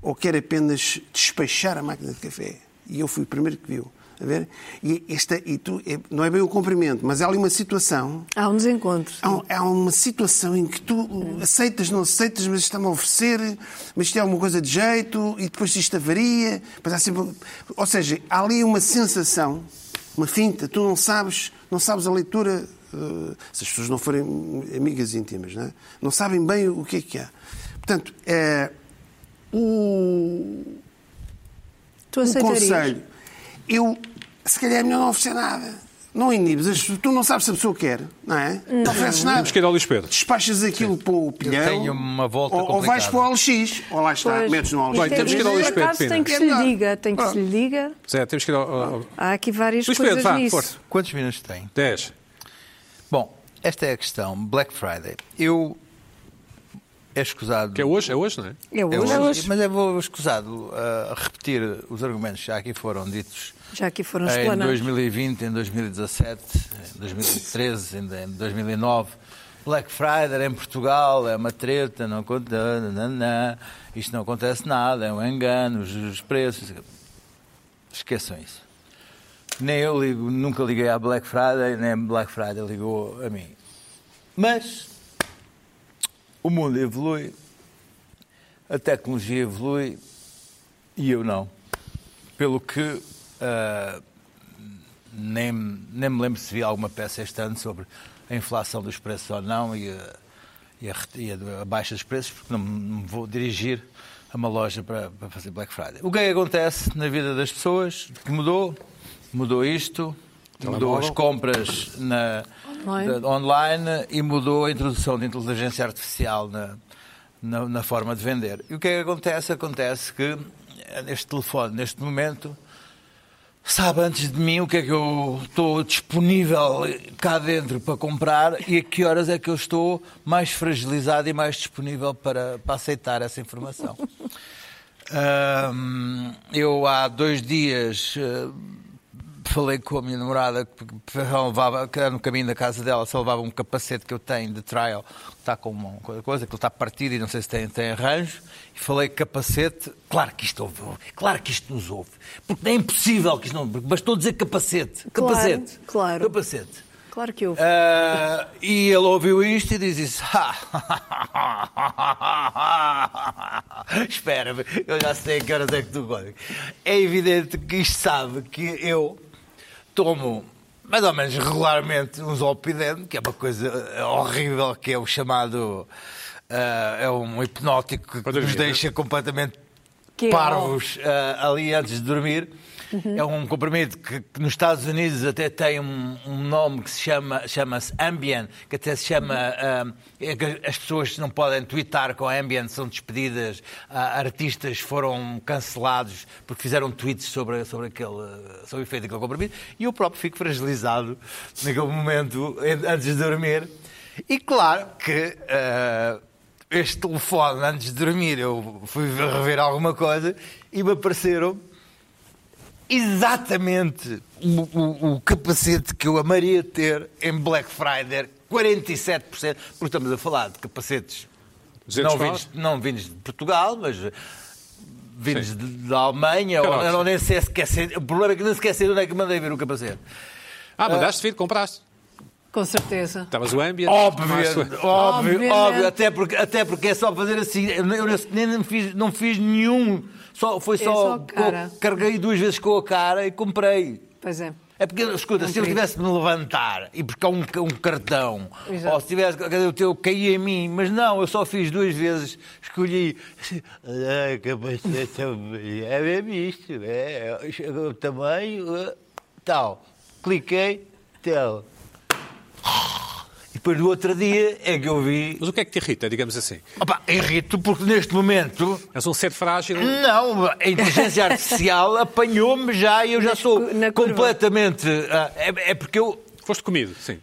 Speaker 2: ou quer apenas despachar a máquina de café. E eu fui o primeiro que viu. A ver? E, esta, e tu... é- não é bem o cumprimento, mas há ali uma situação
Speaker 3: Há um desencontro.
Speaker 2: Há, um- há uma situação em que tu aceitas, não aceitas, mas está-me a oferecer, mas isto é alguma coisa de jeito, e depois isto avaria. Depois há sempre... um, Ou seja, há ali uma sensação, uma finta, tu não sabes, não sabes a leitura, eh, se as pessoas não forem amigas íntimas, não, é? não sabem bem o que é que há. Portanto, é, o,
Speaker 3: Tu
Speaker 2: um
Speaker 3: aceitarias?
Speaker 2: conselho. Eu, se calhar é melhor não oferecer nada. Não inibes. as- Tu não sabes se a pessoa quer, não é? Não, ofereces nada.
Speaker 1: Temos que ir ao Luís Pedro.
Speaker 2: Despachas aquilo para o pilhão.
Speaker 4: tenho uma volta
Speaker 2: ou, ou vais
Speaker 4: complicada.
Speaker 2: para o LX. Ou lá está,
Speaker 3: Pois. é
Speaker 2: metes no LX.
Speaker 1: Bem, temos que ir ao
Speaker 3: Por
Speaker 1: Luís Pedro,
Speaker 3: acaso
Speaker 1: Pina.
Speaker 3: Tem que
Speaker 2: É
Speaker 3: se lhe
Speaker 2: melhor.
Speaker 3: diga, tem que se lhe diga.
Speaker 1: Zé, temos que ir ao- ao... ao-
Speaker 3: Há aqui várias
Speaker 1: Luís
Speaker 3: coisas
Speaker 1: Pedro, vá,
Speaker 3: nisso.
Speaker 1: força.
Speaker 4: Quantos minutos tem?
Speaker 1: 10.
Speaker 4: Bom, esta é a questão. Black Friday. Eu. É escusado.
Speaker 1: Que é hoje? É hoje, não é?
Speaker 3: É hoje,
Speaker 4: É hoje,
Speaker 5: hoje.
Speaker 4: Mas eu vou escusado a repetir os argumentos que já aqui foram ditos
Speaker 3: já aqui foram
Speaker 4: em
Speaker 3: explanados.
Speaker 4: 2020, em 2017, em 2013, ainda em 2009. Black Friday em Portugal é uma treta, não conta, nananã, isto não acontece nada, é um engano, os, os preços. Esqueçam isso. Nem eu ligo, nunca liguei à Black Friday, nem Black Friday ligou a mim. Mas o mundo evolui, a tecnologia evolui e eu não. Pelo que ah, nem, nem me lembro se vi alguma peça este ano sobre a inflação dos preços ou não e a, e a re- e a- a baixa dos preços, porque não me me vou dirigir a uma loja para, para fazer Black Friday. O que é que acontece na vida das pessoas? Que mudou? Mudou isto, mudou as compras na,
Speaker 5: Online.
Speaker 4: da- online e mudou a introdução de inteligência artificial na, na, na forma de vender. E o que é que acontece? Acontece que eh, este telefone, neste momento, sabe antes de mim o que é que eu estou disponível cá dentro para comprar e a que horas é que eu estou mais fragilizado e mais disponível para, para aceitar essa informação. Ahm, eu há dois dias eh, falei com a minha namorada que que ela levava, que era no caminho da casa dela, só levava um capacete que eu tenho de trial, que está com uma coisa, que ele está partido e não sei se tem, tem arranjo, e falei capacete, claro que isto ouve, claro que isto nos ouve, porque é impossível que isto não, porque bastou dizer capacete,
Speaker 3: Claro,
Speaker 4: capacete,
Speaker 3: claro.
Speaker 4: capacete.
Speaker 3: Claro que houve.
Speaker 4: Ah, e ele ouviu isto e diz isso. Espera, eu já sei a que horas é que tu gostas. É evidente que isto sabe que eu tomo mais ou menos regularmente um zolpidem, que é uma coisa eh, horrível, que é o chamado... ah, é um hipnótico que nos
Speaker 1: Pois é.
Speaker 4: deixa completamente
Speaker 3: Que é
Speaker 4: parvos ah, ali antes de dormir. É um comprimido que, que nos Estados Unidos até tem um, um nome que se chama chama-se Ambien, que até se chama ah, é que as pessoas que não podem twittar com Ambien são despedidas, ah, artistas foram cancelados porque fizeram tweets sobre sobre aquele sobre o efeito daquele comprimido e eu próprio fico fragilizado naquele momento eh, antes de dormir e claro que ah, este telefone antes de dormir. Eu fui rever alguma coisa e me apareceram exatamente o, o- o capacete que eu amaria ter em Black Friday, 47%, porque estamos a falar de capacetes
Speaker 1: 200
Speaker 4: não
Speaker 1: paus?
Speaker 4: vindos, não vindos de Portugal, mas vindos de- da Alemanha. Ou,
Speaker 1: Caraca.
Speaker 4: eu nem sei sequer sei- o problema é que nem sequer sei onde é que mandei ver o capacete.
Speaker 1: Ah, mandaste vir, compraste.
Speaker 3: Com certeza.
Speaker 1: Estavas o Ambient.
Speaker 4: Óbvio,
Speaker 1: tomaste o-
Speaker 4: óbvio,
Speaker 3: Obviamente.
Speaker 4: óbvio. Até porque, até porque é só fazer assim. Eu nem- eu nem, nem fiz, não fiz nenhum. Só, foi É só.
Speaker 3: só cara.
Speaker 4: co- carreguei duas vezes com a cara e comprei.
Speaker 3: Pois é.
Speaker 4: É porque, escuta, se eu
Speaker 3: Comprido.
Speaker 4: tivesse de me levantar e buscar um, ca- um cartão,
Speaker 3: Exato.
Speaker 4: ou se tivesse, quer dizer, eu caí em mim, mas não, eu só fiz duas vezes, escolhi. Ah, capacete, é mesmo isto, é, é, tamanho, é, tal. Cliquei, tal. E depois do outro dia é que eu vi.
Speaker 1: Mas o que é que te irrita, digamos assim?
Speaker 4: Opa, irrito porque neste momento
Speaker 1: És um ser frágil.
Speaker 4: não, a inteligência artificial apanhou-me já e eu já sou
Speaker 3: cu- na curva.
Speaker 4: completamente. ah, é, é porque eu.
Speaker 1: Foste comido, sim.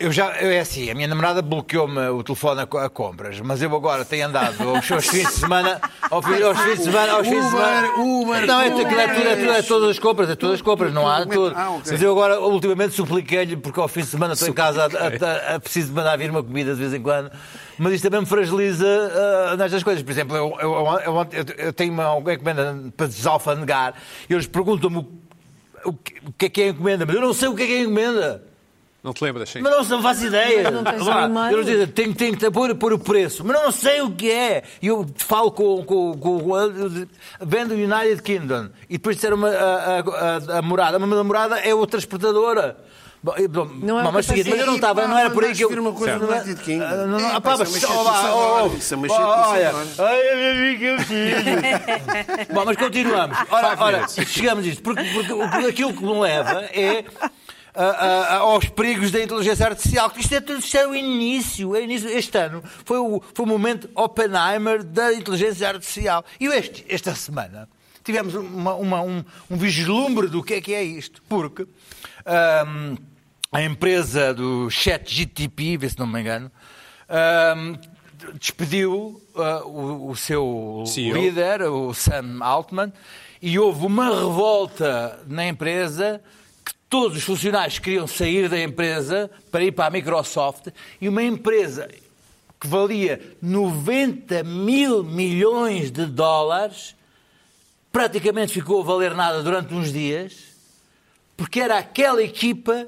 Speaker 4: Eu já, eu é assim, a minha namorada bloqueou-me o telefone a, co- a compras, mas eu agora tenho andado aos, aos fins de semana, ao fi- aos, fins de semana, aos fins de semana.
Speaker 2: Uber,
Speaker 4: não, é, tudo, aquilo é,
Speaker 2: Uber.
Speaker 4: tudo, é, tudo, é todas as compras, é todas as compras, não há
Speaker 2: tudo.
Speaker 4: tudo.
Speaker 2: Ah, ok.
Speaker 4: Mas eu agora, ultimamente, supliquei-lhe, porque ao fim de semana estou em casa, a, a- a- preciso de mandar vir uma comida de vez em quando, mas isto também me fragiliza ah, nestas coisas. Por exemplo, eu, eu- eu- eu ontem- eu- eu tenho uma alguma encomenda para desalfandegar e eles perguntam-me o, o que, o que é que é a encomenda, mas eu não sei o que é que é a encomenda.
Speaker 1: Não te lembras, sim.
Speaker 4: Mas não, não faço ideia.
Speaker 3: Não tens
Speaker 4: Vá,
Speaker 3: animais.
Speaker 4: Eles dizem, tenho, tenho que pôr, pôr o preço, mas não sei o que é. E eu falo com, com, com, com vendo o United Kingdom e depois disseram a, a, a, a morada, mas a morada é o transportadora. Bom, e, bom,
Speaker 3: Não é
Speaker 4: bom,
Speaker 3: o
Speaker 4: mas, seguinte,
Speaker 3: capacete.
Speaker 4: mas eu não estava,
Speaker 2: Epá,
Speaker 4: não era por aí que eu.
Speaker 2: mandaste vir é uma coisa do United Kingdom.
Speaker 4: Ah, não, não,
Speaker 2: Epá,
Speaker 4: ah, pá,
Speaker 2: isso é
Speaker 4: mas-
Speaker 2: uma
Speaker 4: oh, vá,
Speaker 2: chatice
Speaker 4: oh,
Speaker 2: agora,
Speaker 4: oh,
Speaker 2: isso é uma
Speaker 4: oh,
Speaker 2: chatice
Speaker 4: olha,
Speaker 2: agora.
Speaker 4: Ai, eu vi que eu fiz. Bom, mas continuamos. Ora, ora chegamos a isto. Porque, porque o- porque aquilo que me leva é a- a- a- aos perigos da inteligência artificial. que Isto é tudo isto é o início. É o início. Este ano foi o, foi o momento Oppenheimer da inteligência artificial. E eu este, esta semana tivemos uma- uma- um, um vislumbre do que é que é isto. Porque. ahm, a empresa do ChatGTP, vê se não me engano, ahm, despediu ah, o, o seu
Speaker 1: CEO.
Speaker 4: líder, o Sam Altman, e houve uma revolta na empresa que Todos os funcionários queriam sair da empresa para ir para a Microsoft e uma empresa que valia 90 mil milhões de dólares praticamente ficou a valer nada durante uns dias porque era aquela equipa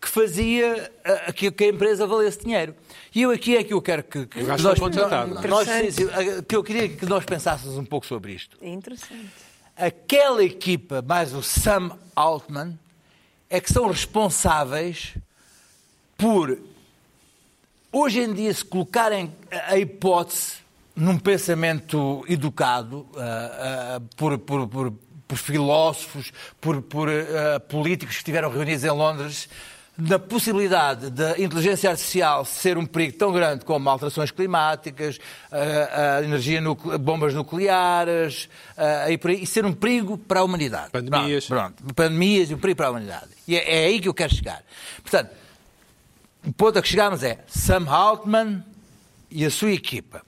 Speaker 4: que fazia a, a- que que a empresa valesse dinheiro. E eu aqui é que eu quero que, que
Speaker 1: gasto
Speaker 4: nós,
Speaker 1: foi contratado, não é?
Speaker 4: nós-
Speaker 3: Interessante.
Speaker 4: sim, sim, que eu queria que nós pensássemos um pouco sobre isto
Speaker 3: É interessante.
Speaker 4: aquela equipa mais o Sam Altman é que são responsáveis por hoje em dia se colocarem a a hipótese num pensamento educado ah, ah, por, por- por- por filósofos, por, por, ah, políticos que estiveram reunidos em Londres, da possibilidade da inteligência artificial ser um perigo tão grande como alterações climáticas, ah, a energia nucle- bombas nucleares ah, e, por aí, e ser um perigo para a humanidade.
Speaker 1: Pandemias.
Speaker 4: Pronto, pronto. pandemias e um perigo para a humanidade. E é- é aí que eu quero chegar. Portanto, o ponto a que chegámos é Sam Altman e a sua equipa.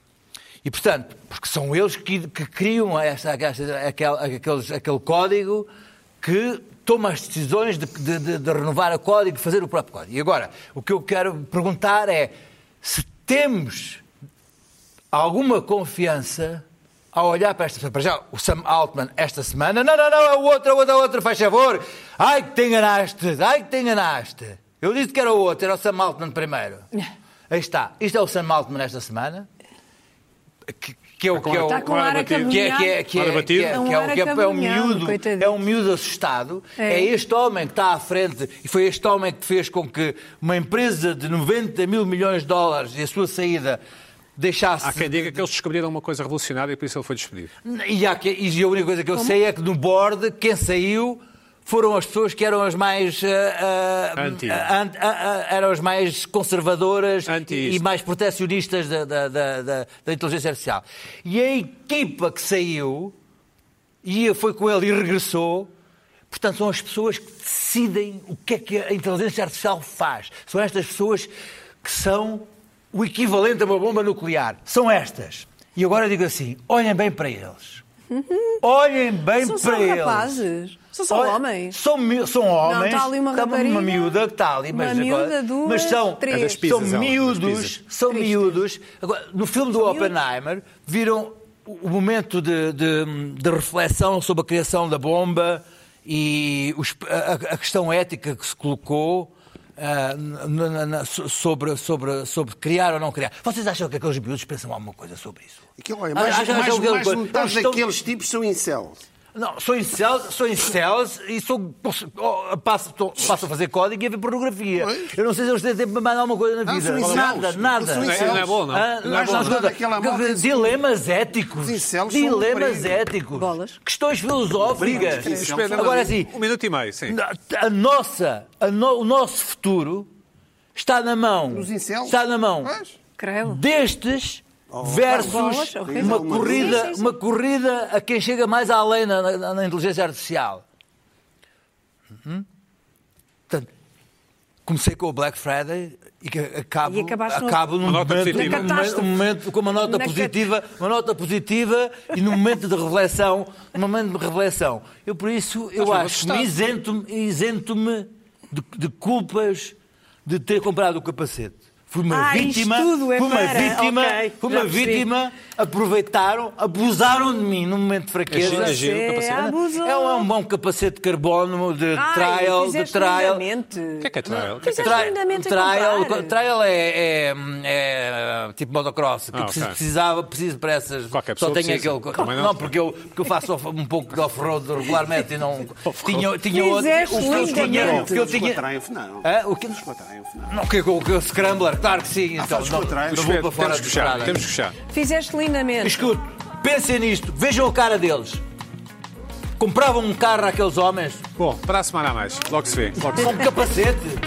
Speaker 4: E, portanto, porque são eles que, que criam essa, essa- aquele, aqueles- aquele código que toma as decisões de, de- de- de renovar o código, de fazer o próprio código. E agora, o que eu quero perguntar é se temos alguma confiança ao olhar para esta para já o Sam Altman esta semana não, não, não, é o outro, é o outro, é o outro, faz favor ai que te enganaste, ai que te enganaste eu disse que era o outro, era o Sam Altman primeiro aí está, isto é o Sam Altman esta semana que, que é o que é o
Speaker 3: Está com ar a
Speaker 1: Que é-
Speaker 4: que é, que é, que é,
Speaker 1: Ora
Speaker 4: que
Speaker 1: batido.
Speaker 4: é,
Speaker 3: É um
Speaker 4: que é, que é,
Speaker 3: ar
Speaker 4: é um
Speaker 3: acabunhado,
Speaker 4: miúdo,
Speaker 3: coitadinho.
Speaker 4: é um miúdo assustado. É.
Speaker 3: É.
Speaker 4: este homem que está à frente e foi este homem que fez com que uma empresa de 90 mil milhões de dólares e a sua saída deixasse.
Speaker 1: Há quem diga que eles descobriram uma coisa revolucionária e por isso ele foi despedido.
Speaker 4: E, há que- e a única coisa que eu sei é que no board quem saiu foram as pessoas que eram as mais ah, ah,
Speaker 1: Anti.
Speaker 4: ah, ah, ah, ah, eram as mais conservadoras
Speaker 1: Anti
Speaker 4: e, e
Speaker 1: isto.
Speaker 4: mais protecionistas da, da, da, da- da inteligência artificial. E a equipa que saiu ia, foi com ele e regressou. Portanto, são as pessoas que decidem o que é que a inteligência artificial faz. São estas pessoas que são o equivalente a uma bomba nuclear. São estas. E agora digo assim: olhem bem para eles. Olhem bem
Speaker 3: Uhum. São só
Speaker 4: para eles.
Speaker 3: rapazes. São só
Speaker 4: Olha,
Speaker 3: homens.
Speaker 4: São, mi- um são homens.
Speaker 3: está ali uma
Speaker 4: Está
Speaker 3: rapariga,
Speaker 4: miúda que está ali,
Speaker 3: uma
Speaker 4: mas,
Speaker 3: miúda,
Speaker 4: agora-
Speaker 3: duas,
Speaker 4: mas são,
Speaker 3: três. É das
Speaker 1: pizzas,
Speaker 4: são
Speaker 1: ela, das
Speaker 4: miúdos,
Speaker 1: pizzas.
Speaker 4: são
Speaker 3: Tristes.
Speaker 4: miúdos. Agora, no filme do Oppenheimer, viram o o momento de, de- de reflexão sobre a criação da bomba e os- a, a- a questão ética que se colocou. ah, na- na- na- so- sobre, sobre, sobre criar ou não criar. Vocês acham que aqueles miúdos pensam alguma coisa sobre isso?
Speaker 2: Aquilo, olha, mais,
Speaker 4: Ah, já- já
Speaker 2: mais,
Speaker 4: ouvi alguma
Speaker 2: mais
Speaker 4: coisa.
Speaker 2: metade
Speaker 4: Eles estão-
Speaker 2: daqueles tipos são incel.
Speaker 4: não, sou em cells, sou em cells e sou, posso- oh, passo, tô- passo a fazer código e a ver pornografia.
Speaker 2: Pois.
Speaker 4: Eu não sei se eles têm tempo para mandar alguma coisa na
Speaker 2: Não,
Speaker 4: vida. é?
Speaker 2: são incels.
Speaker 4: nada, nada.
Speaker 2: São
Speaker 1: Não é, não é bom, não.
Speaker 4: Ah,
Speaker 1: não é
Speaker 4: nós-
Speaker 1: bom,
Speaker 4: nós-
Speaker 1: não.
Speaker 2: não. Aquela moda-
Speaker 4: dilemas éticos.
Speaker 2: Os incels são um
Speaker 4: Dilemas
Speaker 2: perigo.
Speaker 4: éticos.
Speaker 3: Bolas.
Speaker 4: Questões filosóficas.
Speaker 2: Os incels
Speaker 1: Espera,
Speaker 4: Agora
Speaker 1: um-
Speaker 4: sim,
Speaker 1: Um minuto e meio, sim.
Speaker 4: a nossa, a no- o nosso futuro está na mão.
Speaker 2: Os incels.
Speaker 4: Está na mão
Speaker 2: Pois.
Speaker 3: Creio.
Speaker 4: destes versus
Speaker 3: Bolas, horrível.
Speaker 4: uma
Speaker 2: Oh, Sim,
Speaker 4: corrida,
Speaker 3: sim, sim.
Speaker 4: uma corrida a quem chega mais além na, na- na inteligência artificial. Uhum. Portanto, comecei com o Black Friday e que acabo,
Speaker 3: E acabaste no-
Speaker 4: acabo num
Speaker 1: Uma nota
Speaker 4: momento,
Speaker 1: positiva.
Speaker 4: num
Speaker 3: Na catástrofe.
Speaker 4: momento com uma nota
Speaker 3: Na
Speaker 4: positiva, uma nota positiva e num momento de revelação, num momento de revelação. Eu por isso
Speaker 1: Estás
Speaker 4: eu
Speaker 1: mesmo
Speaker 4: acho, me
Speaker 1: assustado.
Speaker 4: isento-me isento-me de, de culpas de ter comprado o capacete. Fui uma
Speaker 3: Ah, isto
Speaker 4: vítima,
Speaker 3: tudo é
Speaker 4: fui uma
Speaker 3: para,
Speaker 4: vítima,
Speaker 3: ok,
Speaker 4: fui
Speaker 3: já
Speaker 4: uma
Speaker 3: percebi.
Speaker 4: vítima, aproveitaram, abusaram de mim num momento de fraqueza.
Speaker 1: É giro,
Speaker 3: Você
Speaker 1: capacete.
Speaker 3: abusou.
Speaker 4: É um, é um bom capacete de carbono, de
Speaker 3: Ai,
Speaker 4: trial, de
Speaker 3: fizeste
Speaker 4: trial.
Speaker 3: lindamente.
Speaker 1: O que é que é trial? O que é que é
Speaker 3: Fizeste
Speaker 1: trial?
Speaker 3: lindamente a
Speaker 4: trial,
Speaker 3: comprar.
Speaker 4: trial é, é- é tipo motocross, que
Speaker 1: Ah,
Speaker 4: preciso-
Speaker 1: ok.
Speaker 4: precisava, preciso para essas.
Speaker 1: Qualquer
Speaker 4: só
Speaker 1: pessoa
Speaker 4: tenho
Speaker 1: precisa.
Speaker 4: aquele.
Speaker 1: Também
Speaker 4: Não,
Speaker 1: não.
Speaker 4: porque, eu, porque eu faço off- um pouco de off-road regularmente e não. tinha, tinha outro.
Speaker 3: Fizeste
Speaker 4: o que eu tinha-
Speaker 3: lindamente.
Speaker 4: o que Ah. eu tinha.
Speaker 2: Quatrainfo, não.
Speaker 4: Hã? O que-
Speaker 2: Os quatrainfo, não.
Speaker 4: Não, que, que, que o Scrambler, claro que sim.
Speaker 1: Ah,
Speaker 4: então,
Speaker 2: fazes
Speaker 4: não,
Speaker 2: com o
Speaker 4: não
Speaker 2: trial.
Speaker 4: vou
Speaker 1: é? Espera,
Speaker 4: para fora
Speaker 1: Temos que
Speaker 4: de
Speaker 1: fechar,
Speaker 4: estrada.
Speaker 1: temos que fechar.
Speaker 3: Fizeste lindamente.
Speaker 4: Escute, pensem nisto, vejam a cara deles. Compravam um carro àqueles homens
Speaker 1: Bom, para a semana a mais. Logo se vê. Logo se vê.
Speaker 4: com um capacete.